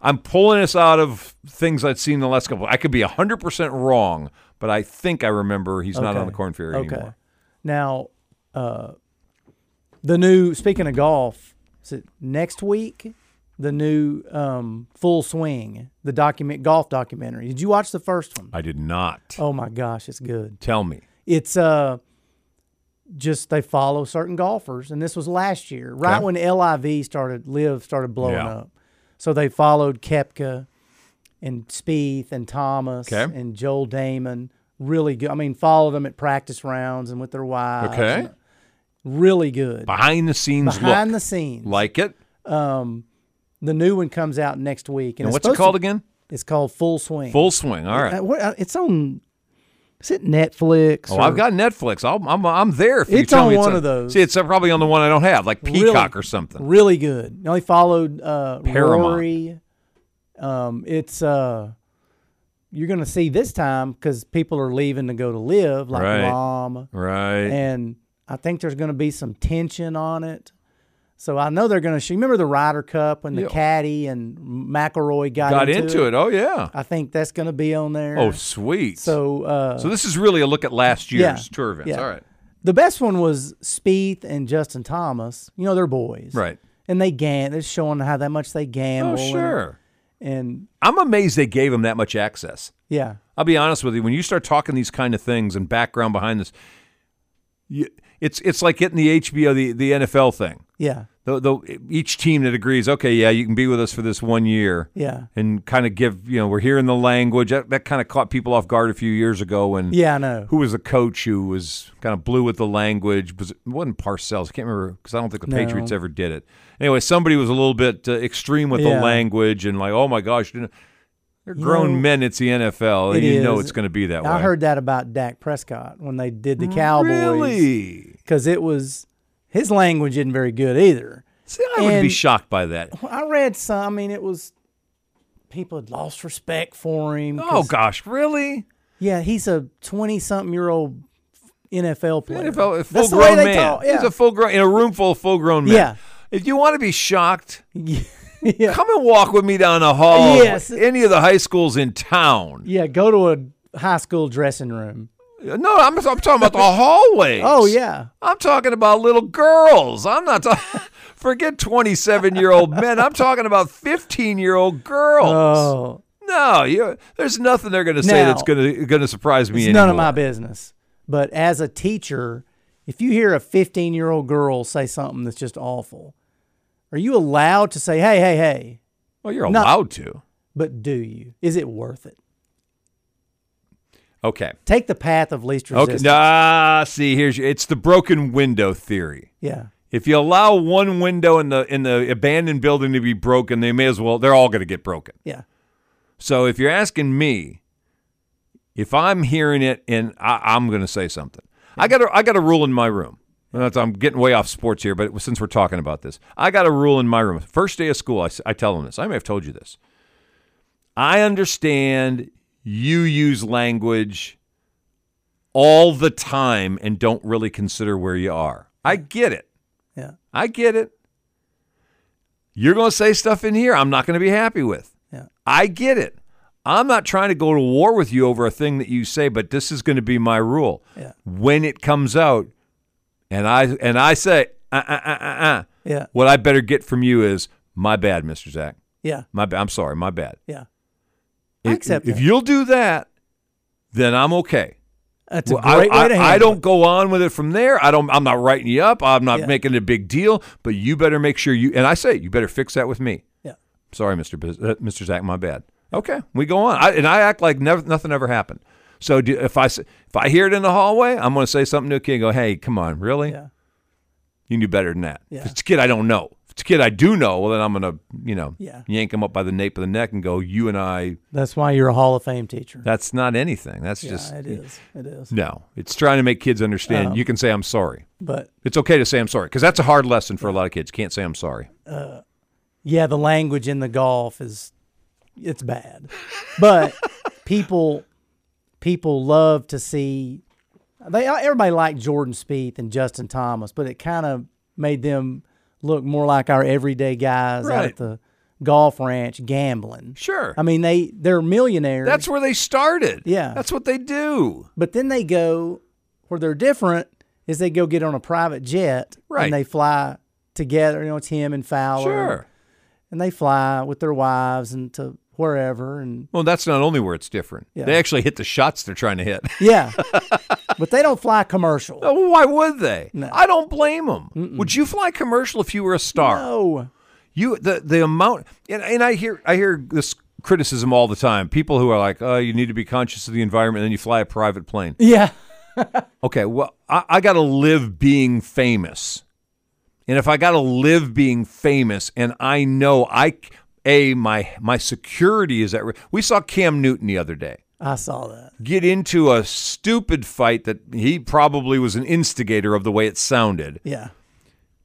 Speaker 3: I'm pulling us out of things I've seen the last couple. I could be hundred percent wrong, but I think I remember he's not on
Speaker 4: Okay.
Speaker 3: the Corn Ferry anymore.
Speaker 4: Now, uh, the new speaking of golf, is it next week? The new um, Full Swing, the document golf documentary. Did you watch the first one?
Speaker 3: I did not.
Speaker 4: Oh my gosh, it's good.
Speaker 3: Tell me.
Speaker 4: It's uh, just they follow certain golfers, and this was last year, right
Speaker 3: Okay.
Speaker 4: when LIV started, Live started blowing
Speaker 3: Yeah.
Speaker 4: up. So they followed Kepka and Spieth and Thomas
Speaker 3: Okay.
Speaker 4: and Joel Damon. Really good. I mean, followed them at practice rounds and with their wives.
Speaker 3: Okay.
Speaker 4: and- Really good.
Speaker 3: Behind the scenes
Speaker 4: Behind
Speaker 3: look.
Speaker 4: the scenes.
Speaker 3: Like it.
Speaker 4: Um, the new one comes out next week.
Speaker 3: And
Speaker 4: it's
Speaker 3: what's it
Speaker 4: supposed
Speaker 3: called
Speaker 4: to-
Speaker 3: again?
Speaker 4: It's called Full Swing.
Speaker 3: Full swing. All
Speaker 4: Uh,
Speaker 3: right.
Speaker 4: what- uh, It's on. Is it Netflix?
Speaker 3: Oh,
Speaker 4: or-
Speaker 3: I've got Netflix. I'll, I'm I'm there if you
Speaker 4: It's
Speaker 3: tell
Speaker 4: on
Speaker 3: me
Speaker 4: one of those.
Speaker 3: See, it's probably on the one I don't have, like
Speaker 4: Really-
Speaker 3: Peacock or something.
Speaker 4: Really good. You know, he followed uh,
Speaker 3: Paramount.
Speaker 4: Rory. Um, it's uh, you're going to see this time because people are leaving to go to live, like
Speaker 3: Right.
Speaker 4: mom,
Speaker 3: Right.
Speaker 4: and I think there's going to be some tension on it. So I know they're going to. She remember the Ryder Cup when the
Speaker 3: Yeah.
Speaker 4: caddy and McElroy got,
Speaker 3: Got into it. Oh, yeah.
Speaker 4: I think that's going to be on there.
Speaker 3: Oh, sweet.
Speaker 4: So, uh,
Speaker 3: so this is really a look at last year's
Speaker 4: yeah,
Speaker 3: tour events.
Speaker 4: yeah.
Speaker 3: All right.
Speaker 4: The best one was Spieth and Justin Thomas. You know they're boys,
Speaker 3: Right.
Speaker 4: And they gam. They're showing how that much they gamble.
Speaker 3: Oh,
Speaker 4: and-
Speaker 3: sure.
Speaker 4: And
Speaker 3: I'm amazed they gave him that much access.
Speaker 4: yeah,
Speaker 3: I'll be honest with you. When you start talking these kind of things and background behind this, you, it's it's like getting the HBO the, the NFL thing.
Speaker 4: Yeah.
Speaker 3: The, the, each team that agrees, okay, yeah, you can be with us for this one year.
Speaker 4: Yeah.
Speaker 3: And kind of give, you know, we're hearing the language. That, that kind of caught people off guard a few years ago when.
Speaker 4: Yeah, I know.
Speaker 3: Who was the coach who was kind of blew with the language? Was, it wasn't Parcells. I can't remember because I don't think the
Speaker 4: No.
Speaker 3: Patriots ever did it. Anyway, somebody was a little bit uh, extreme with the
Speaker 4: Yeah.
Speaker 3: language and like, oh my gosh, you know, they're
Speaker 4: You
Speaker 3: grown
Speaker 4: know,
Speaker 3: men. It's the NFL.
Speaker 4: it
Speaker 3: you know
Speaker 4: is.
Speaker 3: it's going to be that
Speaker 4: I
Speaker 3: way. Mm,
Speaker 4: heard that about Dak Prescott when they did the Cowboys.
Speaker 3: Really?
Speaker 4: Because it was his language isn't very good either.
Speaker 3: See, I would be
Speaker 4: And-
Speaker 3: shocked by that.
Speaker 4: Well, I read some. I mean, it was people had lost respect for him.
Speaker 3: Oh
Speaker 4: 'cause-
Speaker 3: gosh, really?
Speaker 4: Yeah, he's a twenty-something-year-old NFL player.
Speaker 3: NFL, a
Speaker 4: That's the
Speaker 3: full-grown
Speaker 4: way they
Speaker 3: man.
Speaker 4: talk. Yeah.
Speaker 3: He's a full grown in a room full of full grown men.
Speaker 4: Yeah.
Speaker 3: If you want to be shocked, come and walk with me down the hall.
Speaker 4: Yes.
Speaker 3: of Any of the high schools in town.
Speaker 4: yeah, go to a high school dressing room.
Speaker 3: No, I'm, I'm talking about the hallways.
Speaker 4: Oh yeah,
Speaker 3: I'm talking about little girls. I'm not talking. Forget 27 year old men. I'm talking about 15 year old girls.
Speaker 4: Oh.
Speaker 3: No, you, there's nothing they're going to say
Speaker 4: Now-
Speaker 3: that's going to going to surprise me.
Speaker 4: it's none of
Speaker 3: anymore.
Speaker 4: my business. But as a teacher, if you hear a fifteen-year-old girl say something that's just awful, are you allowed to say, "Hey, hey, hey"?
Speaker 3: Well, you're
Speaker 4: Not-
Speaker 3: allowed to.
Speaker 4: But do you? Is it worth it?
Speaker 3: Okay.
Speaker 4: Take the path of least resistance.
Speaker 3: Okay. Ah, see, here's your, it's the broken window theory.
Speaker 4: Yeah.
Speaker 3: If you allow one window in the in the abandoned building to be broken, they may as well they're all going to get broken.
Speaker 4: Yeah.
Speaker 3: So if you're asking me, if I'm hearing it and I, I'm going to say something, I got a, I got a rule in my room. And that's- I'm getting way off sports here, but since we're talking about this, I got a rule in my room. First day of school, I, s- I tell them this. I may have told you this. I understand you use language all the time and don't really consider where you are. I get it.
Speaker 4: Yeah.
Speaker 3: I get it. You're going to say stuff in here I'm not going to be happy with.
Speaker 4: Yeah.
Speaker 3: I get it. I'm not trying to go to war with you over a thing that you say, but this is going to be my rule.
Speaker 4: Yeah.
Speaker 3: When it comes out, and I and I say, uh, uh, uh, uh, uh,
Speaker 4: Yeah.
Speaker 3: what I better get from you is my bad, Mister Zach.
Speaker 4: Yeah.
Speaker 3: My ba- I'm sorry, my bad.
Speaker 4: Yeah. I
Speaker 3: If,
Speaker 4: accept
Speaker 3: if
Speaker 4: that.
Speaker 3: you'll do that, then I'm okay.
Speaker 4: That's a
Speaker 3: Well, I-
Speaker 4: great
Speaker 3: I,
Speaker 4: way to handle
Speaker 3: I
Speaker 4: it.
Speaker 3: don't go on with it from there. I don't. I'm not writing you up. I'm not
Speaker 4: Yeah.
Speaker 3: making it a big deal. But you better make sure you. And I say you better fix that with me.
Speaker 4: Yeah.
Speaker 3: Sorry, Mister Biz, uh, Mister Zach. My bad. Okay, we go on. I, and I act like never, nothing ever happened. So do, if I s- if I hear it in the hallway, I'm going to say something to a kid. and Go, hey, come on, really?
Speaker 4: Yeah.
Speaker 3: You knew better than that.
Speaker 4: Yeah.
Speaker 3: If it's a kid I don't know, if it's a kid I do know, well then I'm going to you know
Speaker 4: Yeah.
Speaker 3: yank him up by the nape of the neck and go, you and I.
Speaker 4: That's why you're a Hall of Fame teacher.
Speaker 3: That's not anything. That's
Speaker 4: yeah,
Speaker 3: just
Speaker 4: it is. It is.
Speaker 3: no, it's trying to make kids understand.
Speaker 4: Um,
Speaker 3: you can say I'm sorry,
Speaker 4: but-
Speaker 3: it's okay to say I'm sorry because that's a hard lesson for a lot of kids. Can't say I'm sorry.
Speaker 4: Uh, yeah, the language in the golf is it's bad, but people people love to see. They everybody liked Jordan Spieth and Justin Thomas, but it kind of made them look more like our everyday guys out
Speaker 3: Right.
Speaker 4: at the golf ranch gambling.
Speaker 3: Sure.
Speaker 4: I mean they they're millionaires.
Speaker 3: That's where they started.
Speaker 4: Yeah.
Speaker 3: that's what they do.
Speaker 4: But then they go where they're different is they go get on a private jet
Speaker 3: Right.
Speaker 4: and they fly together. You know, it's him and Fowler.
Speaker 3: Sure.
Speaker 4: And they fly with their wives and to wherever and
Speaker 3: Well, that's not only where it's different.
Speaker 4: Yeah.
Speaker 3: They actually hit the shots they're trying to hit.
Speaker 4: yeah. but they don't fly commercial.
Speaker 3: Oh, Why would they? I don't blame them. Would you fly commercial if you were a star?
Speaker 4: No.
Speaker 3: You the the amount and, and I hear I hear this criticism all the time. People who are like, "Oh, you need to be conscious of the environment," and then you fly a private plane.
Speaker 4: Yeah.
Speaker 3: Okay, well, I, I got to live being famous. And if I got to live being famous and I know I c- a my my security is at risk. We saw Cam Newton the other day
Speaker 4: I saw that.
Speaker 3: get into a stupid fight that he probably was an instigator of the way it sounded.
Speaker 4: Yeah.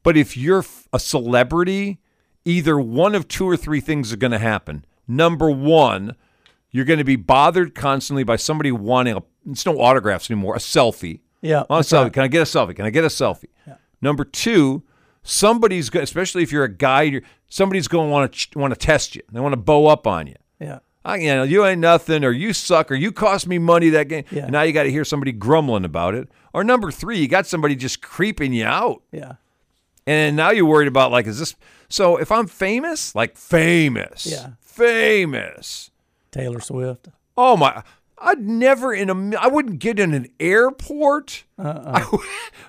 Speaker 3: But if you're f- a celebrity, either one of two or three things are going to happen. Number one, you're going to be bothered constantly by somebody wanting a, it's no autographs anymore, a selfie.
Speaker 4: Yeah,
Speaker 3: I want a
Speaker 4: that's
Speaker 3: selfie.
Speaker 4: right.
Speaker 3: Can I get a selfie? Can I get a selfie? Number two, somebody's go- especially if you're a guy, you're, somebody's going to want to want to test you. They want to bow up on you.
Speaker 4: Yeah.
Speaker 3: I, you know, you ain't nothing, or you suck, or you cost me money that game.
Speaker 4: Yeah.
Speaker 3: And now you got to hear somebody grumbling about it. Or number three, you got somebody just creeping you out.
Speaker 4: Yeah.
Speaker 3: And now you're worried about like, is this? So if I'm famous, like famous,
Speaker 4: Yeah.
Speaker 3: famous.
Speaker 4: Taylor Swift.
Speaker 3: Oh my! I'd never in a mi- I wouldn't get in an airport.
Speaker 4: Uh-uh.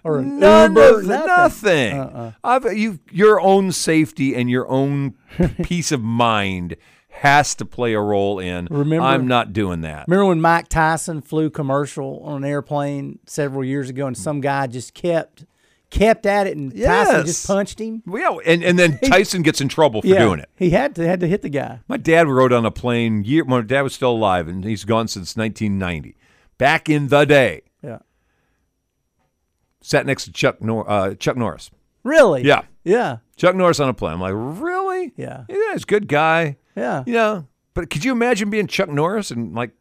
Speaker 3: or
Speaker 4: an
Speaker 3: none
Speaker 4: Uber,
Speaker 3: of
Speaker 4: nothing. Uh-uh.
Speaker 3: nothing. I've, you, your own safety and your own peace of mind has to play a role in.
Speaker 4: Remember-
Speaker 3: I'm not doing that.
Speaker 4: Remember when Mike Tyson flew commercial on an airplane several years ago, and some guy just kept kept at it, and Tyson
Speaker 3: Yes.
Speaker 4: just punched him.
Speaker 3: Yeah, and and then Tyson gets in trouble for
Speaker 4: yeah,
Speaker 3: doing it.
Speaker 4: He had to had to hit the guy.
Speaker 3: My dad rode on a plane. Year, my dad was still alive, and he's gone since 1990. Back in the day,
Speaker 4: Yeah.
Speaker 3: sat next to Chuck Nor- uh, Chuck Norris.
Speaker 4: Really?
Speaker 3: Yeah,
Speaker 4: Yeah.
Speaker 3: Chuck Norris on a plane. I'm like, really?
Speaker 4: Yeah.
Speaker 3: Yeah, he's a good guy.
Speaker 4: Yeah.
Speaker 3: You know, but could you imagine being Chuck Norris and like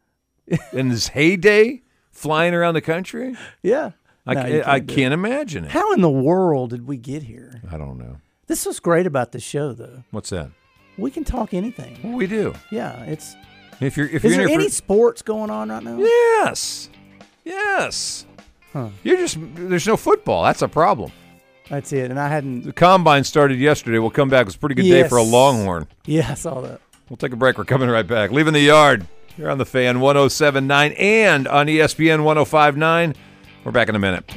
Speaker 3: in his heyday, flying around the country?
Speaker 4: Yeah.
Speaker 3: I,
Speaker 4: No,
Speaker 3: ca-
Speaker 4: you
Speaker 3: I
Speaker 4: do it.
Speaker 3: can't imagine it.
Speaker 4: How in the world did we get here?
Speaker 3: I don't know.
Speaker 4: This was great about the show, though.
Speaker 3: What's that?
Speaker 4: We can talk anything.
Speaker 3: We do.
Speaker 4: Yeah, it's.
Speaker 3: If you're
Speaker 4: is
Speaker 3: if you're
Speaker 4: there
Speaker 3: in here
Speaker 4: any
Speaker 3: for-
Speaker 4: sports going on right now?
Speaker 3: Yes. Yes.
Speaker 4: Huh.
Speaker 3: You're just there's no football. That's a problem.
Speaker 4: That's it. And I hadn't.
Speaker 3: The combine started yesterday. We'll come back. It's a pretty good day for a
Speaker 4: Yes.
Speaker 3: Longhorn.
Speaker 4: Yeah, I saw that.
Speaker 3: We'll take a break. We're coming right back. Leaving the yard. You're on the fan 1079 and on E ESPN 1059. We're back in a minute.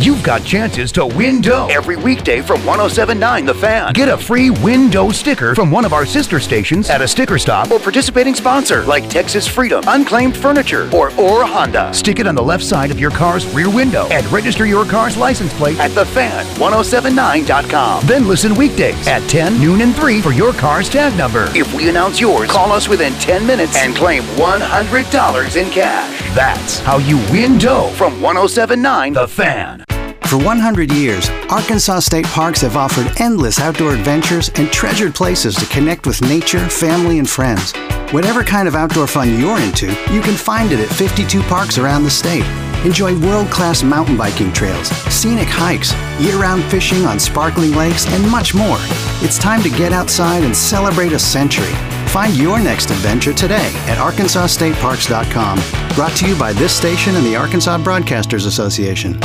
Speaker 1: You've got chances to win dough every weekday from 1079 The Fan. Get a free window sticker from one of our sister stations at a sticker stop or participating sponsor like Texas Freedom, Unclaimed Furniture, or Or Honda. Stick it on the left side of your car's rear window and register your car's license plate at thefan1079.com. Then listen weekdays at 10, noon, and 3 for your car's tag number. If we announce yours, call us within 10 minutes and claim $100 in cash. That's how you win dough from 1079 The Fan.
Speaker 8: For 100 years, Arkansas State Parks have offered endless outdoor adventures and treasured places to connect with nature, family, and friends. Whatever kind of outdoor fun you're into, you can find it at 52 parks around the state. Enjoy world class mountain biking trails, scenic hikes, year round fishing on sparkling lakes, and much more. It's time to get outside and celebrate a century. Find your next adventure today at arkansasstateparks.com. Brought to you by this station and the Arkansas Broadcasters Association.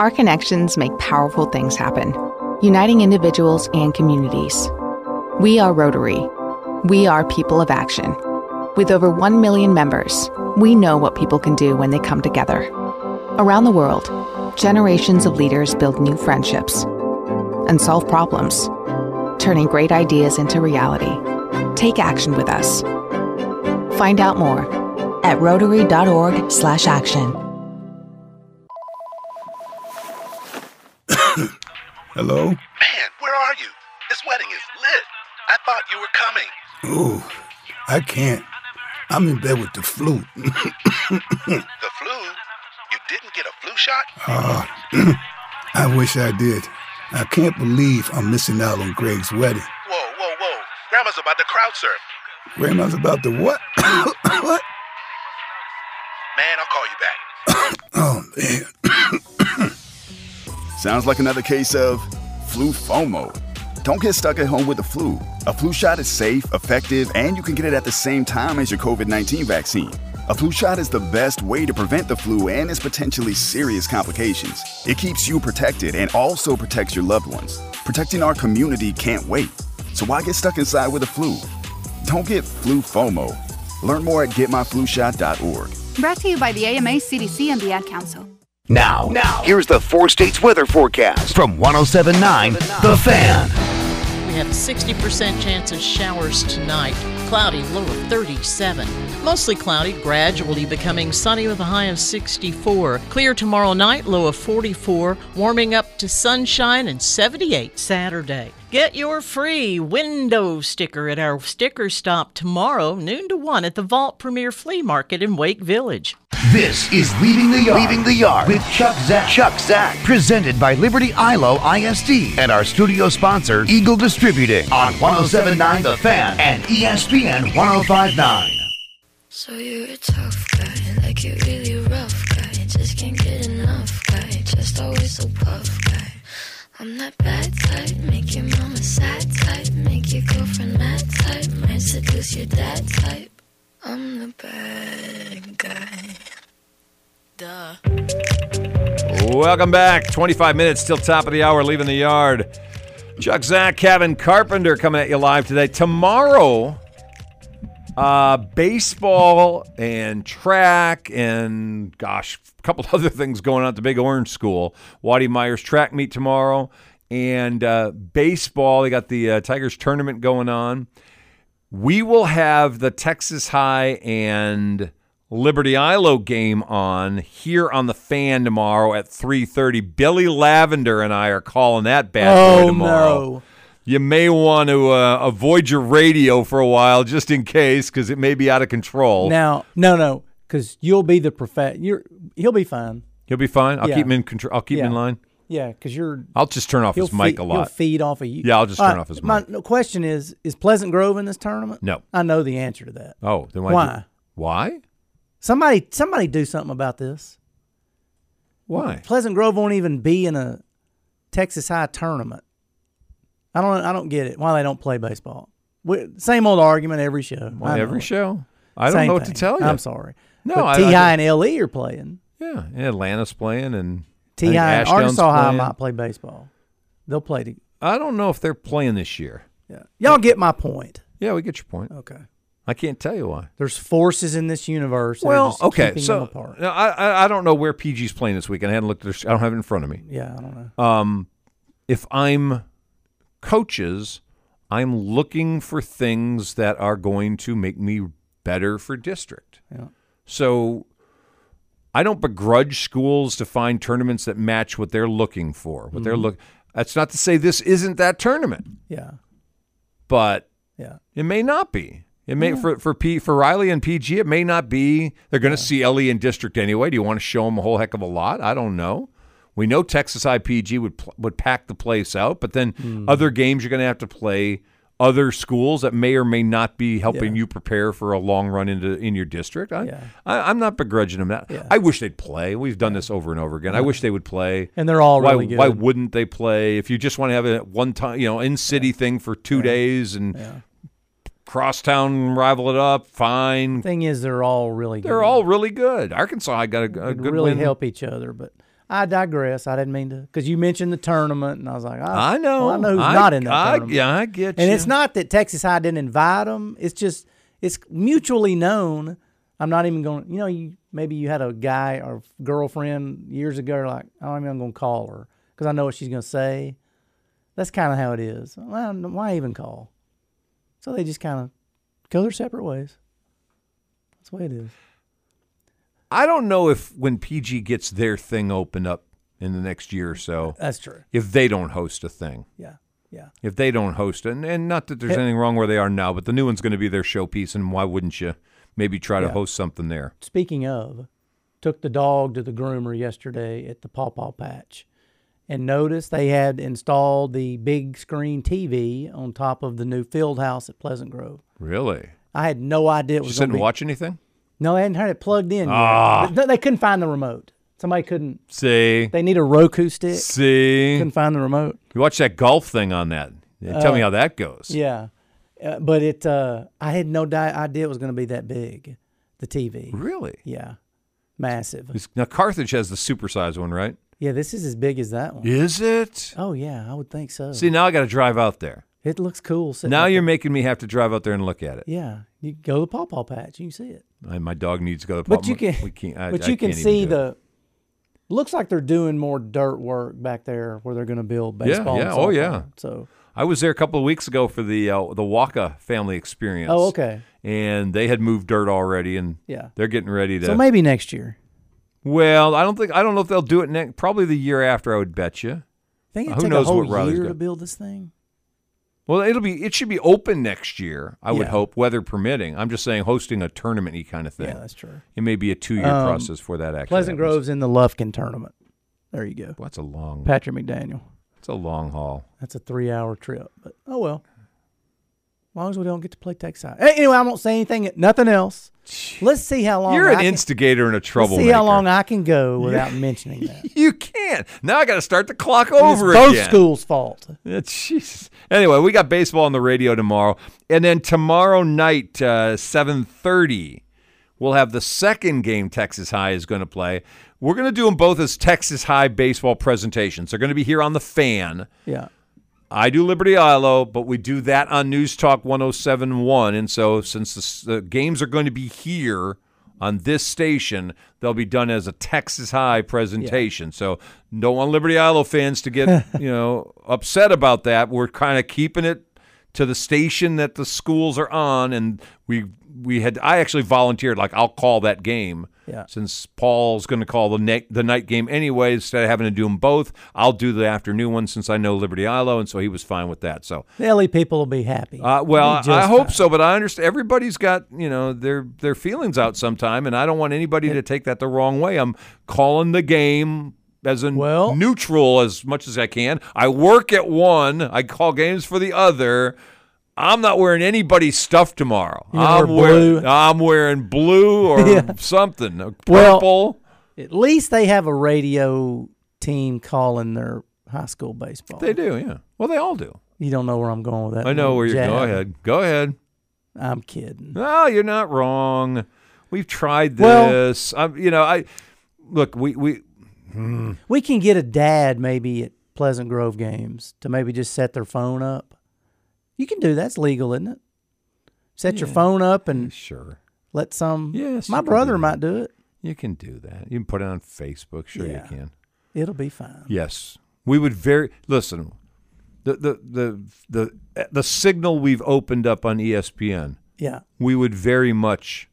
Speaker 13: Our connections make powerful things happen, uniting individuals and communities. We are Rotary. We are people of action. With over 1 million members, we know what people can do when they come together. Around the world, generations of leaders build new friendships and solve problems, turning great ideas into reality. Take action with us. Find out more at rotary.org/action.
Speaker 14: Hello?
Speaker 2: Man, where are you? This wedding is lit. I thought you were coming.
Speaker 14: Oh, I can't. I'm in bed with the flu.
Speaker 2: The flu? You didn't get a flu shot?
Speaker 14: Ah, I wish I did. I can't believe I'm missing out on Greg's wedding.
Speaker 2: Whoa, whoa, whoa. Grandma's about to crowd surf.
Speaker 14: Grandma's about to what? what?
Speaker 2: Man, I'll call you back.
Speaker 14: Oh, man.
Speaker 15: Oh, Sounds like another case of flu FOMO. Don't get stuck at home with the flu. A flu shot is safe, effective, and you can get it at the same time as your COVID 19 vaccine. A flu shot is the best way to prevent the flu and its potentially serious complications. It keeps you protected and also protects your loved ones. Protecting our community can't wait. So why get stuck inside with the flu? Don't get flu FOMO. Learn more at getmyflushot.org.
Speaker 16: Brought to you by the AMA, CDC, and the Ad Council.
Speaker 1: Now, now, here's the four states weather forecast from 1079 The Fan.
Speaker 17: We have 60% chance of showers tonight. Cloudy, low of 37. Mostly cloudy, gradually becoming sunny with a high of 64. Clear tomorrow night, low of 44. Warming up to sunshine and 78 Saturday. Get your free window sticker at our sticker stop tomorrow, noon to 1 at the Vault Premier Flea Market in Wake Village.
Speaker 2: This is Leaving the Yard.
Speaker 1: Leaving the Yard
Speaker 2: with Chuck Zack. Chuck Zack.
Speaker 1: Presented by Liberty ILO ISD and our studio sponsor, Eagle Distributing, on 1079 The Fan and E ESPN 1059.
Speaker 18: So you're a tough guy, like you're really rough guy. Just can't get enough guy, just always so puff guy. I'm that bad type, make your mama sad type, make your girlfriend mad type, might seduce your dad type. I'm the bad guy. Duh.
Speaker 3: Welcome back. 25 minutes, still top of the hour, leaving the yard. Chuck Zach, Kevin Carpenter coming at you live today. Tomorrow, uh, baseball and track and gosh, a couple other things going on at the Big Orange School. Waddy Myers track meet tomorrow and uh, baseball. They got the uh, Tigers tournament going on. We will have the Texas High and Liberty Ilo game on here on the fan tomorrow at 3:30. Billy Lavender and I are calling that bad boy
Speaker 4: Oh,
Speaker 3: tomorrow.
Speaker 4: no.
Speaker 3: You may want to uh, avoid your radio for a while just in case cuz it may be out of control.
Speaker 4: Now, no, no, because you'll be the perfect. You're he'll be fine.
Speaker 3: He'll be fine. I'll
Speaker 4: Yeah.
Speaker 3: keep him in control. I'll keep him in
Speaker 4: Yeah.
Speaker 3: line.
Speaker 4: Yeah, because you're.
Speaker 3: I'll just turn off his
Speaker 4: he'll
Speaker 3: mic
Speaker 4: feed-
Speaker 3: a lot.
Speaker 4: He'll feed off of you.
Speaker 3: Yeah, I'll just
Speaker 4: All
Speaker 3: turn
Speaker 4: right,
Speaker 3: off his
Speaker 4: My no, question is: Is Pleasant Grove in this tournament?
Speaker 3: No.
Speaker 4: I know the answer to that.
Speaker 3: Oh, then why?
Speaker 4: why?
Speaker 3: do- why?
Speaker 4: Somebody, somebody, do something about this.
Speaker 3: Why?
Speaker 4: Pleasant Grove won't even be in a Texas High tournament. I don't. I don't get it. Why they don't play baseball? We, same old argument every show.
Speaker 3: Why
Speaker 4: I know
Speaker 3: every
Speaker 4: it.
Speaker 3: show? I don't
Speaker 4: Same
Speaker 3: know what to
Speaker 4: thing.
Speaker 3: tell you.
Speaker 4: I'm sorry.
Speaker 3: No,
Speaker 4: But
Speaker 3: I- I
Speaker 4: T High and
Speaker 3: don't-
Speaker 4: LE are playing.
Speaker 3: Yeah, and Atlanta's playing and I
Speaker 4: T
Speaker 3: think
Speaker 4: High and
Speaker 3: Ashdown's
Speaker 4: Arkansas High
Speaker 3: playing.
Speaker 4: might play baseball. They'll play. To,
Speaker 3: I don't know if they're playing this year.
Speaker 4: yeah. Y'all get my point.
Speaker 3: Yeah, we get your point.
Speaker 4: Okay.
Speaker 3: I can't tell you why.
Speaker 4: There's forces in this universe. that are
Speaker 3: Well,
Speaker 4: just
Speaker 3: okay,
Speaker 4: keeping them
Speaker 3: so
Speaker 4: apart.
Speaker 3: no, I, I I don't know where PG's playing this weekend. I hadn't looked at. Their, s- I don't have it in front of me.
Speaker 4: Yeah, I don't
Speaker 3: know. Um, if I'm coaches, I'm looking for things that are going to make me better for district.
Speaker 4: Yeah.
Speaker 3: So I don't begrudge schools to find tournaments that match what they're looking for. What they're
Speaker 4: Mhm.
Speaker 3: look. That's not to say this isn't that tournament
Speaker 4: Yeah.
Speaker 3: but
Speaker 4: Yeah.
Speaker 3: it may not be. It may
Speaker 4: Yeah.
Speaker 3: for for P for Riley and PG. It may not be. They're going to see LE in district anyway. Do you want to show them a whole heck of a lot? I don't know. We know Texas IPG would pl- would pack the place out, but then
Speaker 4: Hmm.
Speaker 3: other games you're going to have to play other schools that may or may not be helping you prepare for a long run into in your district. I, I I'm not begrudging them that. I wish they'd play. We've done this over and over again. I
Speaker 4: Yeah.
Speaker 3: wish they would play.
Speaker 4: And they're all
Speaker 3: why,
Speaker 4: really
Speaker 3: Why
Speaker 4: good.
Speaker 3: wouldn't they play? If you just want to have a one time, you know, in city thing for two days and crosstown rival it up, fine.
Speaker 4: Thing is, they're all really.
Speaker 3: They're
Speaker 4: good.
Speaker 3: all really good. Arkansas, I got a, a
Speaker 4: Could
Speaker 3: good
Speaker 4: really
Speaker 3: win.
Speaker 4: help each other, but. I digress. I didn't mean to, because you mentioned the tournament, and I was like, I,
Speaker 3: I know.
Speaker 4: well, I know who's
Speaker 3: I-
Speaker 4: not in that
Speaker 3: I-
Speaker 4: tournament.
Speaker 3: yeah, I get
Speaker 4: And
Speaker 3: you.
Speaker 4: it's not that Texas High didn't invite them. It's just it's mutually known. I'm not even going. You know, you maybe you had a guy or girlfriend years ago. Like "Oh, I'm not even going to call her because I know what she's going to say. That's kind of how it is. Well, why even call? So they just kind of go their separate ways. That's the way it is.
Speaker 3: I don't know if when PG gets their thing opened up in the next year or so,
Speaker 4: That's true.
Speaker 3: If they don't host a thing,
Speaker 4: Yeah, yeah.
Speaker 3: If they don't host it, and, and not that there's
Speaker 4: Hey-
Speaker 3: anything wrong where they are now, but the new one's going to be their showpiece, and why wouldn't you maybe try to
Speaker 4: Yeah.
Speaker 3: host something there?
Speaker 4: Speaking of, took the dog to the groomer yesterday at the Pawpaw Patch and noticed they had installed the big screen TV on top of the new field house at Pleasant Grove.
Speaker 3: Really?
Speaker 4: I had no idea it
Speaker 3: Did you
Speaker 4: was
Speaker 3: sit
Speaker 4: going
Speaker 3: and
Speaker 4: to be.
Speaker 3: watch anything?
Speaker 4: No, they hadn't had it plugged in. yet.
Speaker 3: Ah.
Speaker 4: No, they couldn't find the remote. Somebody couldn't.
Speaker 3: See,
Speaker 4: They need a Roku stick.
Speaker 3: see,
Speaker 4: Couldn't find the remote.
Speaker 3: You watch that golf thing on that. Tell
Speaker 4: Uh,
Speaker 3: me how that goes.
Speaker 4: Yeah, uh, but it. Uh, I had no di- idea it was going to be that big. The TV.
Speaker 3: Really?
Speaker 4: Yeah, massive.
Speaker 3: It's- Now Carthage has the supersized one, right?
Speaker 4: Yeah, this is as big as that one.
Speaker 3: Is it?
Speaker 4: Oh yeah, I would think so.
Speaker 3: See, now I got to drive out there.
Speaker 4: it looks cool. sitting
Speaker 3: Now
Speaker 4: up
Speaker 3: you're making me have to drive out there and look at it.
Speaker 4: there. yeah, you can go to the pawpaw patch, you can see it.
Speaker 3: I, my dog needs to go to the
Speaker 4: But you
Speaker 3: pop-
Speaker 4: can,
Speaker 3: We can't, I,
Speaker 4: but
Speaker 3: I
Speaker 4: you can
Speaker 3: can't even
Speaker 4: see
Speaker 3: do it.
Speaker 4: the. Looks like they're doing more dirt work back there where they're going to build
Speaker 3: Yeah,
Speaker 4: baseball.
Speaker 3: yeah,
Speaker 4: and
Speaker 3: oh
Speaker 4: softball.
Speaker 3: yeah.
Speaker 4: So
Speaker 3: I was there a couple of weeks ago for the uh, the Waka family experience.
Speaker 4: Oh, okay.
Speaker 3: And they had moved dirt already, and
Speaker 4: Yeah.
Speaker 3: they're getting ready to.
Speaker 4: so maybe next year.
Speaker 3: Well, I don't think I don't know if they'll do it next. Probably the year after, I would bet you.
Speaker 4: Think
Speaker 3: Uh,
Speaker 4: it
Speaker 3: Who
Speaker 4: take
Speaker 3: knows
Speaker 4: a whole
Speaker 3: what Riley's
Speaker 4: year
Speaker 3: got-
Speaker 4: to build this thing.
Speaker 3: Well, it'll be it should be open next year. I would
Speaker 4: Yeah.
Speaker 3: hope, weather permitting. I'm just saying, hosting a tournament kind of thing.
Speaker 4: Yeah, that's true.
Speaker 3: It may be a two year
Speaker 4: Um,
Speaker 3: process for that. Actually,
Speaker 4: Pleasant Grove's in the Lufkin tournament. There you go.
Speaker 3: That's a long.
Speaker 4: Patrick McDaniel.
Speaker 3: It's a long haul.
Speaker 4: That's a three-hour trip, but oh well. As long as we don't get to play Texas. Hey, Anyway, I won't say anything. Nothing else. Let's see how long
Speaker 3: You're
Speaker 4: I
Speaker 3: an
Speaker 4: can-
Speaker 3: instigator and a
Speaker 4: Let's
Speaker 3: troublemaker.
Speaker 4: see how long I can go without mentioning that.
Speaker 3: you can't. Now I got to start the clock
Speaker 4: It's
Speaker 3: over
Speaker 4: both
Speaker 3: again.
Speaker 4: schools' fault.
Speaker 3: Yeah, Jesus. Anyway, we got baseball on the radio tomorrow, and then tomorrow night, uh, seven thirty, we'll have the second game Texas High is going to play. We're going to do them both as Texas High baseball presentations. They're going to be here on the fan.
Speaker 4: Yeah.
Speaker 3: I do Liberty Ilo, but we do that on News Talk 1071. And so, since the, s- the games are going to be here on this station, they'll be done as a Texas High presentation. So, don't want Liberty Ilo fans to get, you know, upset about that. We're kind of keeping it to the station that the schools are on. And we, we had, I actually volunteered, like, I'll call that game.
Speaker 4: Yeah.
Speaker 3: Since Paul's going to call the night the night game anyway, instead of having to do them both, I'll do the afternoon one since I know Liberty Ilo, and so he was fine with that. So,
Speaker 4: The LA people will be happy.
Speaker 3: uh, well,
Speaker 4: It'll be
Speaker 3: I
Speaker 4: just
Speaker 3: hope so, but I understand everybody's got you know their their feelings out sometime, and I don't want anybody to take that the wrong way. I'm calling the game as a neutral as much as I can. I work at one, I call games for the other. I'm not wearing anybody's stuff tomorrow.
Speaker 4: You're gonna
Speaker 3: I'm
Speaker 4: wear
Speaker 3: wearing I'm wearing blue or something, or
Speaker 4: Well,
Speaker 3: purple.
Speaker 4: uh, At least they have a radio team calling their high school baseball.
Speaker 3: They do, yeah. Well, they all do.
Speaker 4: You don't know where I'm going with that.
Speaker 3: I know
Speaker 4: little
Speaker 3: where you're. Go
Speaker 4: jab.
Speaker 3: ahead. Go ahead.
Speaker 4: I'm kidding.
Speaker 3: No, you're not wrong. We've tried
Speaker 4: Well-
Speaker 3: this. I'm, you know, I look. We we.
Speaker 4: We can get a dad maybe at Pleasant Grove games to maybe just set their phone up. You can do that's legal, isn't it? Set your
Speaker 3: Yeah.
Speaker 4: phone up and
Speaker 3: sure.
Speaker 4: Let some.
Speaker 3: Yes,
Speaker 4: my
Speaker 3: you can
Speaker 4: brother
Speaker 3: do
Speaker 4: might do it.
Speaker 3: You can do that. You can put it on Facebook. Sure,
Speaker 4: Yeah.
Speaker 3: you can.
Speaker 4: It'll be fine.
Speaker 3: Yes, we would very listen. The the the the the signal we've opened up on E ESPN.
Speaker 4: Yeah.
Speaker 3: we would very much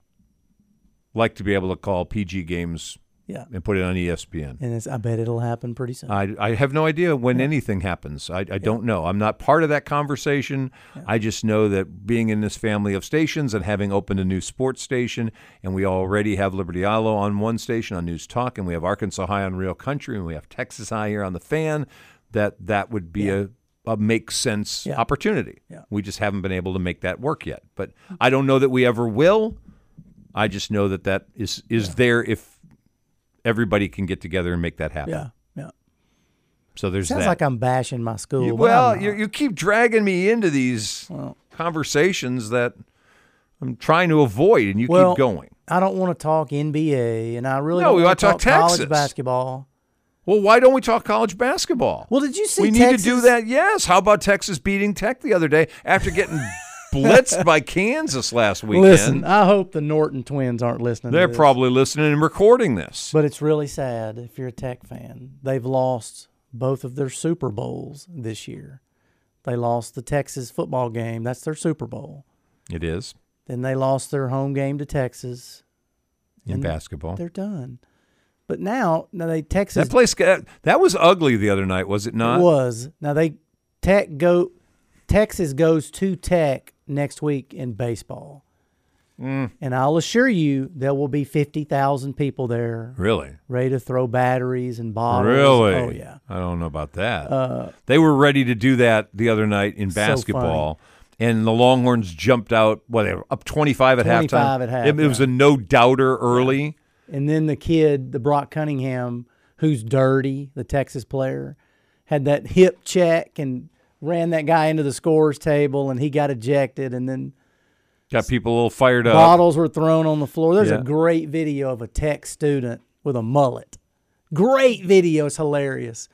Speaker 3: like to be able to call PG games.
Speaker 4: Yeah.
Speaker 3: and put it on E ESPN.
Speaker 4: And it's, I bet it'll happen pretty soon.
Speaker 3: I, I have no idea when anything happens. I, I don't know. I'm not part of that conversation. I just know that being in this family of stations and having opened a new sports station, and we already have Liberty Islo on one station on News Talk, and we have Arkansas High on Real Country, and we have Texas High here on The Fan, that that would be a, a make sense opportunity. We just haven't been able to make that work yet. But I don't know that we ever will. I just know that that is, is there if everybody can get together and make that happen.
Speaker 4: Yeah, yeah.
Speaker 3: So there's
Speaker 4: Sounds
Speaker 3: that.
Speaker 4: like I'm bashing my school.
Speaker 3: You-
Speaker 4: but
Speaker 3: well,
Speaker 4: I'm
Speaker 3: you, you keep dragging me into these conversations that I'm trying to avoid, and you
Speaker 4: Well,
Speaker 3: keep going.
Speaker 4: I don't want to talk NBA, and I really
Speaker 3: No,
Speaker 4: don't
Speaker 3: we
Speaker 4: want
Speaker 3: ought
Speaker 4: to
Speaker 3: to talk Texas.
Speaker 4: college basketball.
Speaker 3: Well, why don't we talk college basketball?
Speaker 4: Well, did you see
Speaker 3: We need
Speaker 4: Texas?
Speaker 3: to do that. Yes. How about Texas beating Tech the other day after getting blitzed by Kansas last weekend?
Speaker 4: Listen, I hope the Norton twins aren't listening. to
Speaker 3: They're
Speaker 4: this.
Speaker 3: probably listening and recording this.
Speaker 4: But it's really sad if you're a Tech fan. They've lost both of their Super Bowls this year. They lost the Texas football game. That's their Super Bowl.
Speaker 3: It is
Speaker 4: Then they lost their home game to Texas.
Speaker 3: in
Speaker 4: And
Speaker 3: basketball.
Speaker 4: They're done. But now, now they Texas
Speaker 3: That place got, that was ugly the other night, was it not?
Speaker 4: was. Now they Tech go Texas goes to Tech next week in baseball.
Speaker 3: Mm.
Speaker 4: And I'll assure you there will be 50,000 people there.
Speaker 3: Really?
Speaker 4: Ready to throw batteries and bottles.
Speaker 3: Really?
Speaker 4: Oh yeah.
Speaker 3: I don't know about that.
Speaker 4: Uh,
Speaker 3: they were ready to do that the other night in
Speaker 4: So
Speaker 3: basketball. and the Longhorns jumped out, what, they were up 25 at
Speaker 4: 25
Speaker 3: halftime?
Speaker 4: at
Speaker 3: It, it was a no doubter early.
Speaker 4: And then the kid, the Brock Cunningham, who's dirty, the Texas player, had that hip check and ran that guy into the scorer's table and he got ejected and then
Speaker 3: Got people a little fired up.
Speaker 4: Bottles were thrown on the floor. There's
Speaker 3: Uh, Yeah.
Speaker 4: a great video of a tech student with a mullet. Great video. It's hilarious.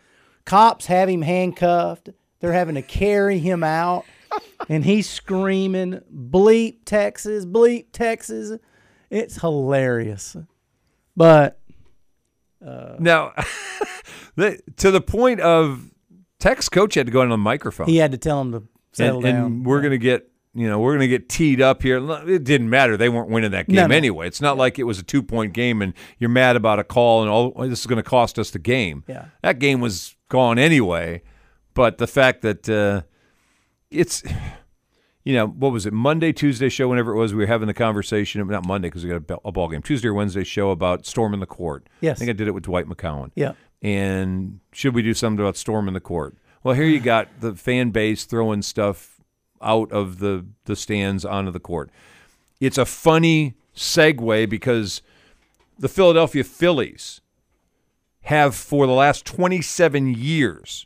Speaker 4: Cops have him handcuffed. They're having to carry him out. And he's screaming, bleep Texas, bleep Texas. It's hilarious. But
Speaker 3: Now, the, to the point of Tech's coach had to go on the microphone.
Speaker 4: he had to tell him to settle
Speaker 3: and, and
Speaker 4: down.
Speaker 3: we're gonna get you know we're gonna get teed up here. It didn't matter; they weren't winning that game
Speaker 4: No, no.
Speaker 3: anyway. It's not like it was a two point game, and you're mad about a call, and all "Oh, this is gonna cost us the game.
Speaker 4: Yeah.
Speaker 3: that game was gone anyway. But the fact that uh, it's you know what was it Monday Tuesday show whenever it was we were having the conversation not Monday because we got a, bell- a ball game Tuesday or Wednesday show about storm in the court.
Speaker 4: Yes.
Speaker 3: I think I did it with Dwight McCowan.
Speaker 4: Yeah.
Speaker 3: and should we do something about storm in the court? Well, here you got the fan base throwing stuff out of the the stands onto the court. It's a funny segue because the Philadelphia Phillies have for the last 27 years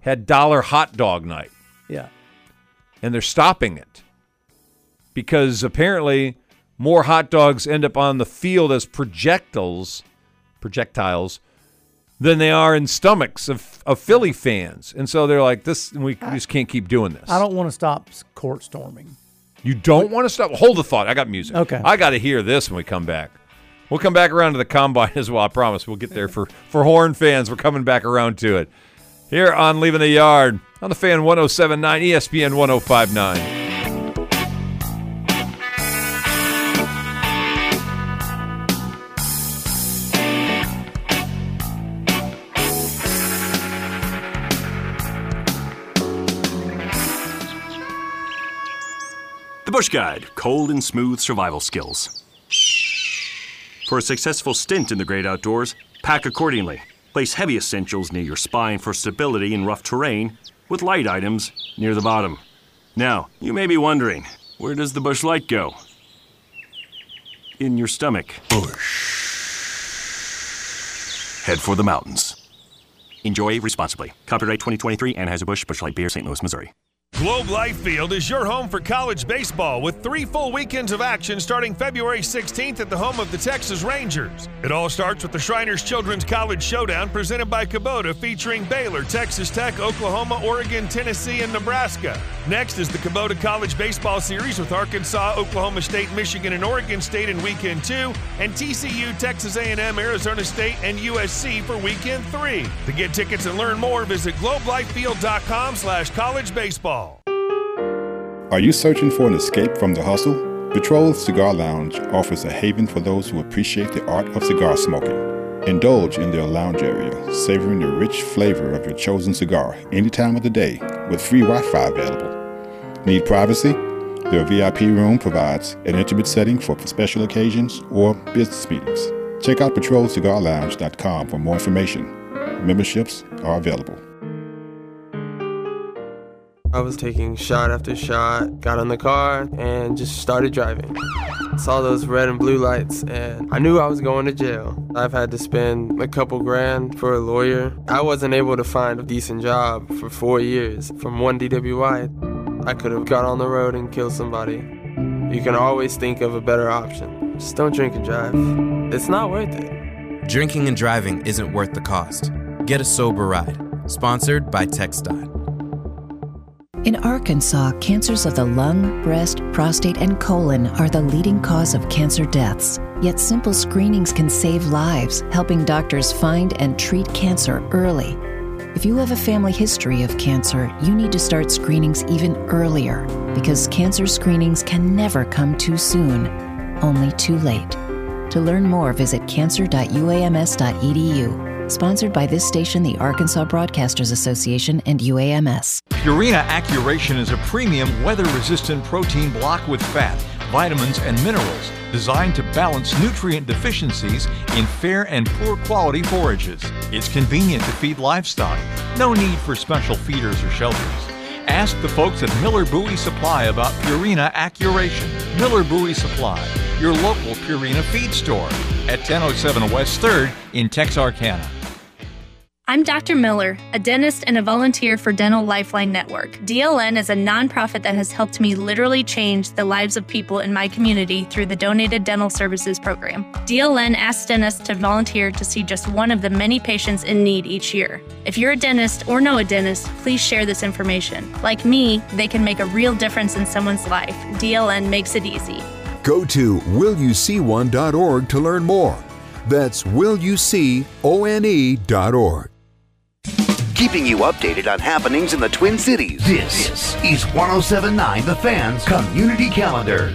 Speaker 3: had dollar hot dog night
Speaker 4: Yeah.
Speaker 3: and they're stopping it because apparently more hot dogs end up on the field as projectiles projectiles than they are in stomachs of, of Philly fans. And so they're like this we, we just can't keep doing this.
Speaker 4: I don't want to stop s- court storming.
Speaker 3: You don't want to stop. Hold the thought. I got music.
Speaker 4: Okay.
Speaker 3: I got to hear this when we come back. We'll come back around to the combine as well. I promise. We'll get there for for Horn fans. We're coming back around to it. Here on Leaving the Yard on the Fan 1079 ESPN 1059.
Speaker 19: The Bush Guide Cold and Smooth Survival Skills. For a successful stint in the great outdoors, pack accordingly. Place heavy essentials near your spine for stability in rough terrain, with light items near the bottom. Now, you may be wondering where does the bush light go? In your stomach. Bush. Head for the mountains. Enjoy responsibly. Copyright 2023 Anheuser-Busch Bush Light Beer, St. Louis, Missouri.
Speaker 20: Globe Life Field is your home for college baseball with three full weekends of action starting February 16th at the home of the Texas Rangers. It all starts with the Shriners Children's College Showdown presented by Kubota featuring Baylor, Texas Tech, Oklahoma, Oregon, Tennessee, and Nebraska. Next is the Kubota College Baseball Series with Arkansas, Oklahoma State, Michigan, and Oregon State in weekend 2 and TCU, Texas A&M, Arizona State, and USC for weekend 3. To get tickets and learn more, visit globelifefield.com slash college baseball.
Speaker 21: Are you searching for an escape from the hustle? Betrothed Cigar Lounge offers a haven for those who appreciate the art of cigar smoking. Indulge in their lounge area, savoring the rich flavor of your chosen cigar any time of the day with free Wi Fi available. Need privacy? Their VIP room provides an intimate setting for special occasions or business meetings. Check out patrolcigarlounge.com for more information. Memberships are available.
Speaker 22: I was taking shot after shot, got in the car, and just started driving. Saw those red and blue lights, and I knew I was going to jail. I've had to spend a couple grand for a lawyer. I wasn't able to find a decent job for four years from one DWI. I could have got on the road and killed somebody. You can always think of a better option. Just don't drink and drive. It's not worth it.
Speaker 23: Drinking and driving isn't worth the cost. Get a sober ride. Sponsored by TxDOT.
Speaker 24: In Arkansas, cancers of the lung, breast, prostate, and colon are the leading cause of cancer deaths. Yet simple screenings can save lives, helping doctors find and treat cancer early. If you have a family history of cancer, you need to start screenings even earlier because cancer screenings can never come too soon, only too late. To learn more, visit cancer.uams.edu. E Sponsored by this station, the Arkansas Broadcasters Association, and UAMS.
Speaker 25: Purina Accuration is a premium weather resistant protein block with fat, vitamins, and minerals designed to balance nutrient deficiencies in fair and poor quality forages. It's convenient to feed livestock, no need for special feeders or shelters. Ask the folks at Miller Bowie Supply about Purina Accuration. Miller Bowie Supply, your local Purina feed store at 1007 West 3rd in Texarkana.
Speaker 26: I'm Dr. Miller, a dentist and a volunteer for Dental Lifeline Network. DLN is a nonprofit that has helped me literally change the lives of people in my community through the donated dental services program. DLN asks dentists to volunteer to see just one of the many patients in need each year. If you're a dentist or know a dentist, please share this information. Like me, they can make a real difference in someone's life. DLN makes it easy.
Speaker 27: Go to willyouseeone.org to learn more. That's E willyouseeone.org.
Speaker 2: Keeping you updated on happenings in the Twin
Speaker 1: oh
Speaker 2: Cities. This is 1079 The Fans Community Calendar.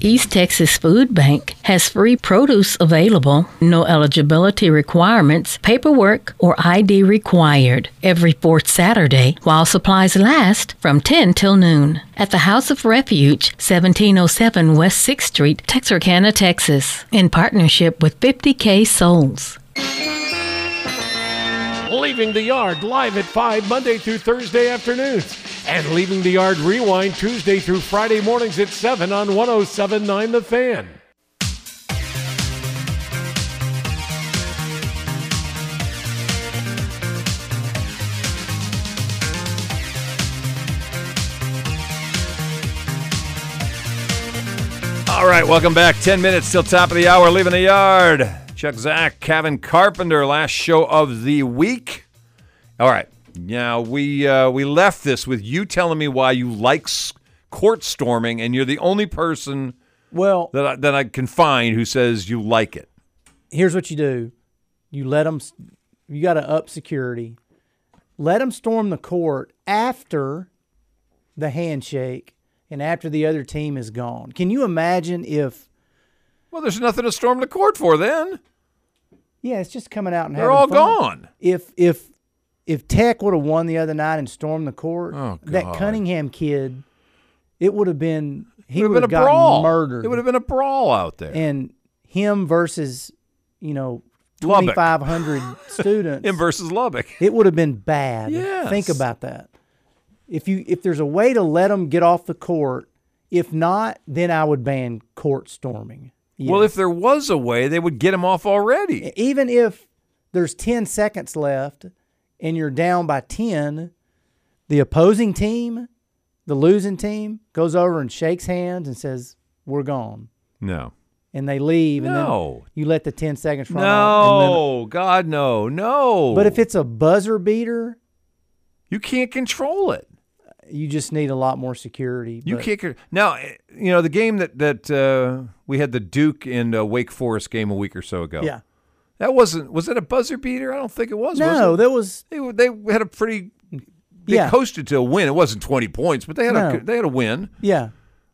Speaker 5: East Texas Food Bank has free produce available, no eligibility requirements, paperwork, or ID required every fourth Saturday while supplies last from 10 till noon at the House of Refuge, 1707 West 6th Street, Texarkana, Texas, in partnership with 50K Souls.
Speaker 6: Leaving the Yard live at 5 Monday through Thursday afternoons. And Leaving the Yard Rewind Tuesday through Friday mornings at 7 on 1079 The Fan.
Speaker 3: All right, welcome back. 10 minutes till top of the hour, leaving the yard. Chuck Zach, Kevin Carpenter, last show of the week. All right, now we uh, we left this with you telling me why you like s- court storming, and you're the only person
Speaker 4: well
Speaker 3: that I, that I can find who says you like it.
Speaker 4: here's what you do you let them you got to up security let them storm the court after the handshake and after the other team is gone can you imagine if
Speaker 3: Well, there's nothing to storm the court for then.
Speaker 4: yeah it's just coming out and
Speaker 3: They're
Speaker 4: having
Speaker 3: all
Speaker 4: fun.
Speaker 3: gone.
Speaker 4: if if if tech would have won the other night and stormed the court
Speaker 3: Oh,
Speaker 4: that
Speaker 3: God.
Speaker 4: cunningham kid it would have been he
Speaker 3: It
Speaker 4: would have
Speaker 3: been a
Speaker 4: gotten
Speaker 3: brawl.
Speaker 4: murdered
Speaker 3: It would have been a brawl out there.
Speaker 4: and him versus you know
Speaker 3: Lubbock.
Speaker 4: 2500 students
Speaker 3: Him versus Lubbock.
Speaker 4: it would have been bad think
Speaker 3: Yes.
Speaker 4: about that if you if there's a way to let them get off the court if not then i would ban court storming
Speaker 3: Well, if there was a way, they would get him off already.
Speaker 4: E, even if there's 10 seconds left and you're down by 10 the opposing team the losing team goes over and shakes hands and says we're gone
Speaker 3: No.
Speaker 4: and they leave and
Speaker 3: No.
Speaker 4: then you let the 10 seconds run off and then
Speaker 3: No, God, no, no.
Speaker 4: But if it's a buzzer beater,
Speaker 3: you can't control it.
Speaker 4: You just need a lot more security.
Speaker 3: you
Speaker 4: but-
Speaker 3: can't con- now, eh, you know the game that that uh, we had the Duke and uh, Wake Forest game a week or so ago.
Speaker 4: Yeah.
Speaker 3: that wasn't was that a buzzer beater? I don't think it was.
Speaker 4: No,
Speaker 3: was it?
Speaker 4: that was
Speaker 3: they, were- they had a pretty. They
Speaker 4: Yeah.
Speaker 3: coasted to a win. It wasn't twenty points, but they had
Speaker 4: No.
Speaker 3: a they had a win.
Speaker 4: Yeah.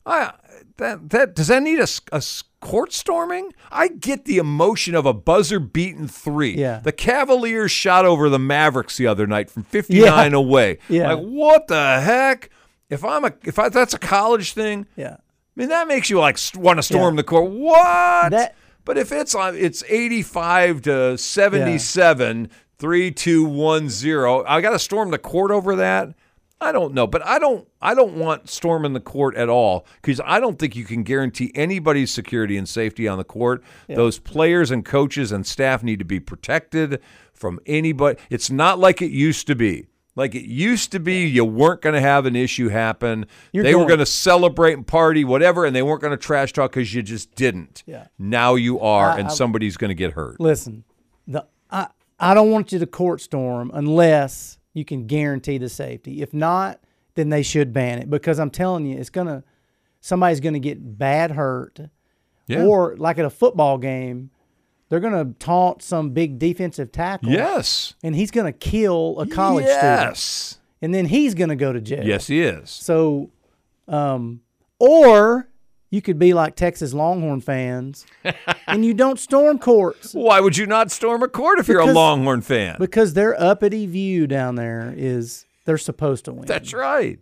Speaker 3: I that that does that need a, s- a s- court storming? I get the emotion of a buzzer beaten three.
Speaker 4: Yeah.
Speaker 3: The Cavaliers shot over the Mavericks the other night from 59
Speaker 4: Yeah.
Speaker 3: away.
Speaker 4: Yeah.
Speaker 3: Like what the heck? If I'm a if I, that's a college thing.
Speaker 4: Yeah.
Speaker 3: I mean that makes you like want to storm the court. What? but if it's on it's 85 to 77 three two one zero. I got to storm the court over that. I don't know, but I don't I don't want storming the court at all because I don't think you can guarantee anybody's security and safety on the court.
Speaker 7: Yeah.
Speaker 3: Those players and coaches and staff need to be protected from anybody. It's not like it used to be. Like it used to be, you weren't going to have an issue happen.
Speaker 4: You're
Speaker 3: they were
Speaker 4: going-
Speaker 3: going to celebrate and party, whatever, and they weren't going to trash talk because you just didn't.
Speaker 4: Yeah.
Speaker 3: Now you are,
Speaker 4: I-
Speaker 3: and
Speaker 4: I-
Speaker 3: somebody's going to get hurt.
Speaker 4: Listen, the I I don't want you to court storm unless you can guarantee the safety. If not, then they should ban it because I'm telling you, it's gonna somebody's gonna get bad hurt,
Speaker 3: Yeah.
Speaker 4: or like at a football game, they're gonna taunt some big defensive tackle.
Speaker 3: Yes.
Speaker 4: and he's gonna kill a college student.
Speaker 3: Yes.
Speaker 4: and then he's gonna go to jail.
Speaker 3: Yes, he is.
Speaker 4: So, um, or you could be like Texas Longhorn fans and you don't storm courts
Speaker 3: Why would you not storm a court if you're a
Speaker 4: Because-
Speaker 3: Longhorn fan?
Speaker 4: because their uppity view down there is they're supposed to win.
Speaker 3: That's right.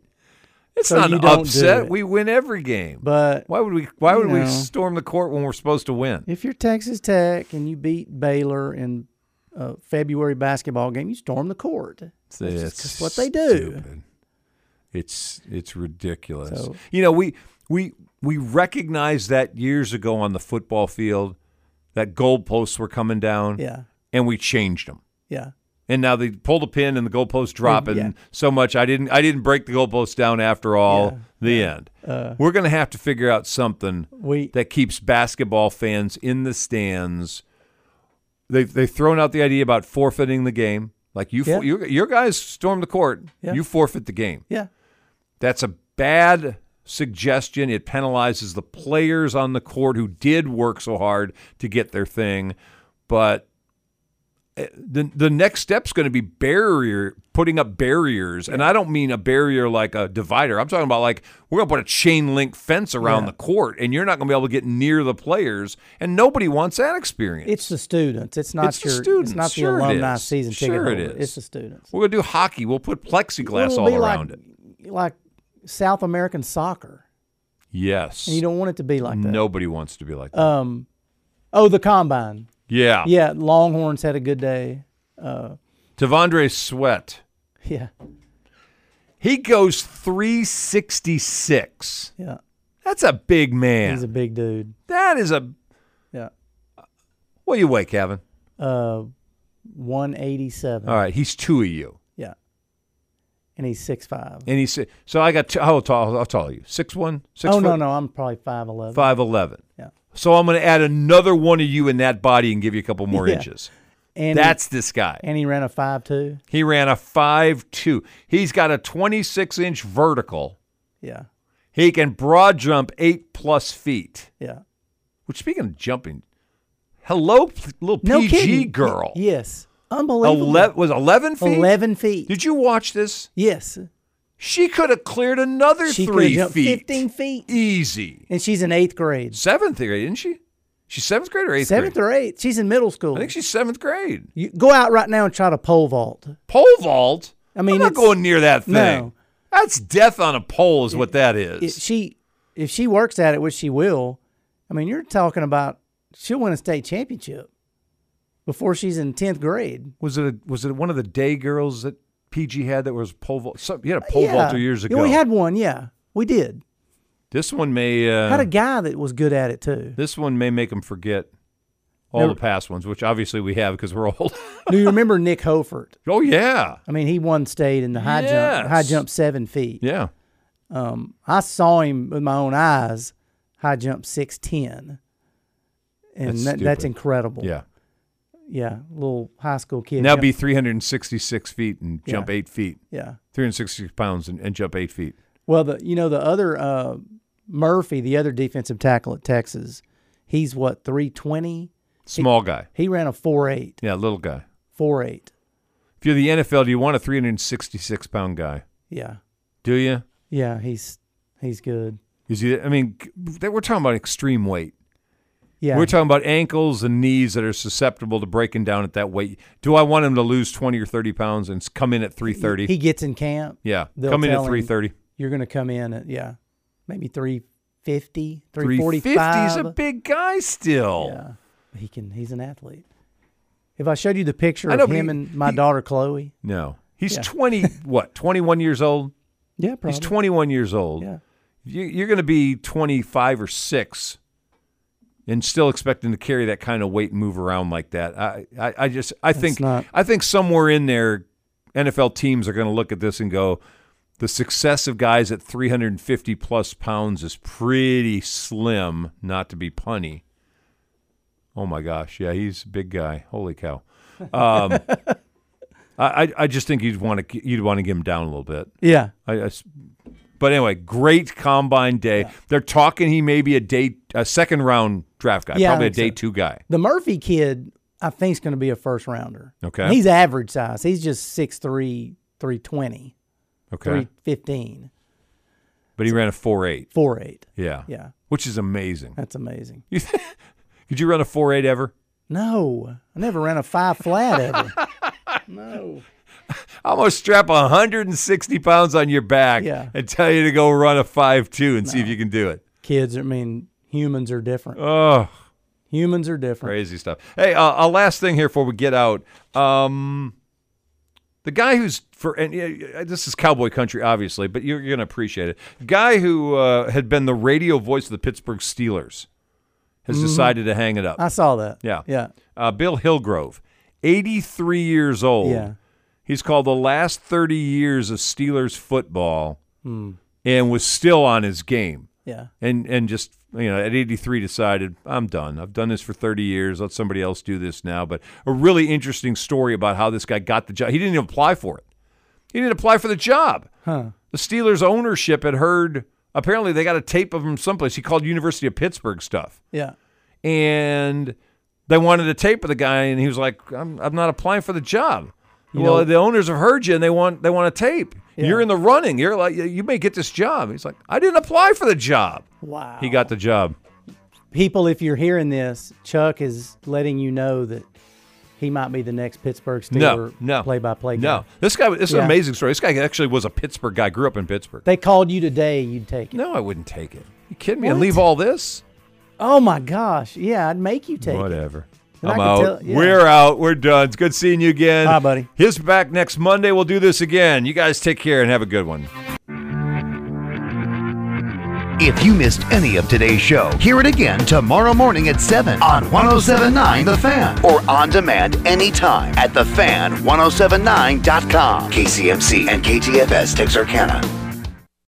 Speaker 3: It's
Speaker 4: So
Speaker 3: not
Speaker 4: you
Speaker 3: an
Speaker 4: don't do
Speaker 3: upset.
Speaker 4: it.
Speaker 3: We win every game.
Speaker 4: But
Speaker 3: why would we? Why
Speaker 4: you
Speaker 3: would we
Speaker 4: know.
Speaker 3: storm the court when we're supposed to win?
Speaker 4: If you're Texas Tech and you beat Baylor in a February basketball game, you storm the court. That's
Speaker 3: It's
Speaker 4: just- just what they do.
Speaker 3: stupid. It's it's ridiculous.
Speaker 4: So-
Speaker 3: you know, we we we recognized that years ago on the football field that goalposts were coming down.
Speaker 4: Yeah.
Speaker 3: and we changed them.
Speaker 4: Yeah.
Speaker 3: And now they pull the pin and the goalposts drop, and
Speaker 4: Mm, yeah.
Speaker 3: so much I didn't I didn't break the goalposts down after all. the end.
Speaker 4: Uh,
Speaker 3: We're going to have to figure out something
Speaker 4: We-
Speaker 3: that keeps basketball fans in the stands. They've they've thrown out the idea about forfeiting the game. Like you,
Speaker 4: Yeah.
Speaker 3: you your guys storm the court,
Speaker 4: Yeah.
Speaker 3: you forfeit the game.
Speaker 4: Yeah.
Speaker 3: That's a bad suggestion. It penalizes the players on the court who did work so hard to get their thing. But eh, the the next step's going to be barrier putting up barriers, and I don't mean a barrier like a divider. I'm talking about like we're going to put a chain link fence around
Speaker 4: Yeah.
Speaker 3: the court, and you're not going to be able to get near the players, and nobody wants that experience.
Speaker 4: It's the students. It's not
Speaker 3: It's the
Speaker 4: your.
Speaker 3: students.
Speaker 4: It's not the
Speaker 3: Sure it
Speaker 4: alumni
Speaker 3: is.
Speaker 4: season ticket.
Speaker 3: Sure it
Speaker 4: holder.
Speaker 3: is.
Speaker 4: It's the students.
Speaker 3: We're going to do hockey. We'll put plexiglass
Speaker 4: It'll
Speaker 3: all
Speaker 4: be like-
Speaker 3: around it.
Speaker 4: Like South American soccer,
Speaker 3: Yes,
Speaker 4: and you don't want it to be like that.
Speaker 3: nobody wants to be like that.
Speaker 4: Um, oh, the combine.
Speaker 3: Yeah.
Speaker 4: Yeah. Longhorns had a good day. Uh,
Speaker 3: Devondre Sweat.
Speaker 4: yeah.
Speaker 3: He goes 366.
Speaker 4: Yeah.
Speaker 3: That's a big man.
Speaker 4: He's a big dude.
Speaker 3: That is a.
Speaker 4: Yeah.
Speaker 3: What do you weigh, Kevin?
Speaker 4: Uh, one eighty seven.
Speaker 3: All right, he's two of you,
Speaker 4: Yeah. And he's six five.
Speaker 3: and he's so I got two, how tall? How tall are you? Six one, six.
Speaker 4: oh
Speaker 3: foot,
Speaker 4: no no, I'm probably five eleven.
Speaker 3: five eleven.
Speaker 4: Yeah.
Speaker 3: So I'm going to add another one of you in that body and give you a couple more
Speaker 4: Yeah.
Speaker 3: inches.
Speaker 4: And
Speaker 3: That's
Speaker 4: he,
Speaker 3: this guy.
Speaker 4: And he ran a five two.
Speaker 3: He ran a five two. He's got a 26 inch vertical.
Speaker 4: Yeah.
Speaker 3: He can broad jump eight plus feet.
Speaker 4: Yeah.
Speaker 3: Which speaking of jumping, hello, p- little
Speaker 4: No
Speaker 3: PG
Speaker 4: kidding.
Speaker 3: girl.
Speaker 4: Y- yes. Unbelievable.
Speaker 3: Ele- was it 11 feet?
Speaker 4: 11 feet.
Speaker 3: Did you watch this?
Speaker 4: Yes.
Speaker 3: She could have cleared another
Speaker 4: She could've
Speaker 3: three
Speaker 4: jumped
Speaker 3: feet.
Speaker 4: 15 feet.
Speaker 3: Easy.
Speaker 4: And she's in eighth grade.
Speaker 3: Seventh grade, isn't she? She's seventh grade or eighth
Speaker 4: seventh
Speaker 3: grade?
Speaker 4: or eighth. She's in middle school.
Speaker 3: I think she's seventh grade.
Speaker 4: you go out right now and try to pole vault.
Speaker 3: Pole vault?
Speaker 4: I mean,
Speaker 3: I'm not
Speaker 4: it's-
Speaker 3: going near that thing.
Speaker 4: No.
Speaker 3: That's death on a pole, is what that is.
Speaker 4: If she if she works at it, which she will, I mean, you're talking about she'll win a state championship before she's in tenth grade.
Speaker 3: was it a, was it one of the day girls that PG had that was pole vault? Some, you had a pole
Speaker 4: Yeah.
Speaker 3: vaulter years
Speaker 4: Yeah,
Speaker 3: ago.
Speaker 4: we had one. Yeah, we did.
Speaker 3: this one may uh,
Speaker 4: had a guy that was good at it too.
Speaker 3: this one may make them forget all
Speaker 4: Never-
Speaker 3: the past ones, which obviously we have because we're old.
Speaker 4: Do you remember Nick Hofert?
Speaker 3: oh yeah,
Speaker 4: I mean, he won state in the high jump. High
Speaker 3: Yes.
Speaker 4: jump seven feet.
Speaker 3: yeah.
Speaker 4: Um, I saw him with my own eyes. High jump six ten, and
Speaker 3: That's
Speaker 4: that, that's
Speaker 3: stupid.
Speaker 4: incredible.
Speaker 3: Yeah.
Speaker 4: yeah, little high school kid.
Speaker 3: now
Speaker 4: jump-
Speaker 3: be 366 feet and jump
Speaker 4: Yeah.
Speaker 3: eight feet.
Speaker 4: Yeah.
Speaker 3: 366 pounds and, and jump eight feet.
Speaker 4: Well, the you know the other uh, Murphy, the other defensive tackle at Texas, he's what three twenty.
Speaker 3: Small guy.
Speaker 4: He ran a four eight,
Speaker 3: Yeah, little guy.
Speaker 4: four eight.
Speaker 3: If you're the NFL, do you want a 366 pound guy?
Speaker 4: Yeah,
Speaker 3: Do you?
Speaker 4: yeah, he's he's good.
Speaker 3: Is he? I mean, c- that- we're talking about extreme weight.
Speaker 4: Yeah,
Speaker 3: We're talking about ankles and knees that are susceptible to breaking down at that weight. Do I want him to lose 20 or 30 pounds and s- come in at 330?
Speaker 4: He gets in camp.
Speaker 3: Yeah,
Speaker 4: they'll
Speaker 3: come in at
Speaker 4: tell him,
Speaker 3: 330.
Speaker 4: You're going to come in at yeah, maybe 350,
Speaker 3: 350 is
Speaker 4: 345.
Speaker 3: a big guy still.
Speaker 4: He can. He's an athlete. If I showed you the picture
Speaker 3: I
Speaker 4: of
Speaker 3: know, but
Speaker 4: him
Speaker 3: he-
Speaker 4: and my daughter Chloe,
Speaker 3: No. He's
Speaker 4: Yeah.
Speaker 3: 20, what, 21 years old?
Speaker 4: yeah, probably.
Speaker 3: He's 21 years old.
Speaker 4: Yeah.
Speaker 3: You, you're going to be 25 or 6 and still expecting to carry that kind of weight and move around like that. I, I, I just, I think,
Speaker 4: not-
Speaker 3: I think somewhere in there, NFL teams are going to look at this and go, the success of guys at 350 plus pounds is pretty slim, not to be punny. Oh my gosh. Yeah, he's a big guy. Holy cow. Um, I, I- I just think you'd want to you'd want to get him down a little bit.
Speaker 4: Yeah.
Speaker 3: I- I s- but anyway, great combine day. They're talking he may be a day a second round draft guy,
Speaker 4: Yeah, I
Speaker 3: probably a
Speaker 4: think so.
Speaker 3: day two guy.
Speaker 4: The Murphy kid, I think, is going to be a first rounder.
Speaker 3: Okay.
Speaker 4: And he's average size. He's just 6'3, 320,
Speaker 3: Okay,
Speaker 4: 315,
Speaker 3: but he ran a four eight.
Speaker 4: 4'8.
Speaker 3: Yeah,
Speaker 4: Yeah.
Speaker 3: which is amazing.
Speaker 4: That's amazing.
Speaker 3: You Could you run a four eight ever?
Speaker 4: No, I never ran a five flat ever. no.
Speaker 3: I'm gonna strap 160 pounds on your back
Speaker 4: Yeah.
Speaker 3: and tell you to go run a five two and see if you can do it.
Speaker 4: Kids, I mean, humans are different.
Speaker 3: Oh,
Speaker 4: Humans are different.
Speaker 3: crazy stuff. Hey, uh, a last thing here before we get out. Um, the guy who's for and uh, this is cowboy country, obviously, but you're, going to appreciate it. Guy who uh, had been the radio voice of the Pittsburgh Steelers has
Speaker 4: Mhm.
Speaker 3: decided to hang it up.
Speaker 4: I saw that.
Speaker 3: Yeah,
Speaker 4: Yeah.
Speaker 3: Uh, Bill Hillgrove, 83 years old.
Speaker 4: Yeah.
Speaker 3: He's called the last 30 years of Steelers football, and was still on his game
Speaker 4: Yeah.
Speaker 3: and and just you know at 83 decided i'm done i've done this for 30 years let somebody else do this now but a really interesting story about how this guy got the job he didn't even apply for it he didn't apply for the job
Speaker 4: Huh.
Speaker 3: the steelers ownership had heard apparently they got a tape of him someplace he called university of pittsburgh stuff
Speaker 4: Yeah.
Speaker 3: and They wanted a tape of the guy, and he was like, "I'm, I'm not applying for the job."
Speaker 4: You
Speaker 3: well,
Speaker 4: know-
Speaker 3: the owners have heard you, and they want they want a tape.
Speaker 4: Yeah.
Speaker 3: You're in the running. You're like, you may get this job. He's like, I didn't apply for the job.
Speaker 4: Wow.
Speaker 3: He got the job.
Speaker 4: People, if you're hearing this, Chuck is letting you know that he might be the next Pittsburgh
Speaker 3: No,
Speaker 4: Steeler
Speaker 3: no,
Speaker 4: play-by-play guy.
Speaker 3: No, this guy. This is an
Speaker 4: Yeah.
Speaker 3: amazing story. This guy actually was a Pittsburgh guy. Grew up in Pittsburgh.
Speaker 4: They called you today, you'd take it.
Speaker 3: No, I wouldn't take it. You kidding me? And
Speaker 4: What?
Speaker 3: leave all this?
Speaker 4: Oh my gosh. Yeah, I'd make you take it.
Speaker 3: Whatever.
Speaker 4: And I
Speaker 3: I'm
Speaker 4: can
Speaker 3: out.
Speaker 4: tell- yeah.
Speaker 3: We're out. We're done. It's good seeing you again.
Speaker 4: Bye, buddy.
Speaker 3: His back next Monday. We'll do this again. You guys take care and have a good one.
Speaker 1: If you missed any of today's show, hear it again tomorrow morning at 7 on 1079 The Fan or on demand
Speaker 2: oh
Speaker 1: anytime at thefan1079.com. KCMC and KTFS Texarkana.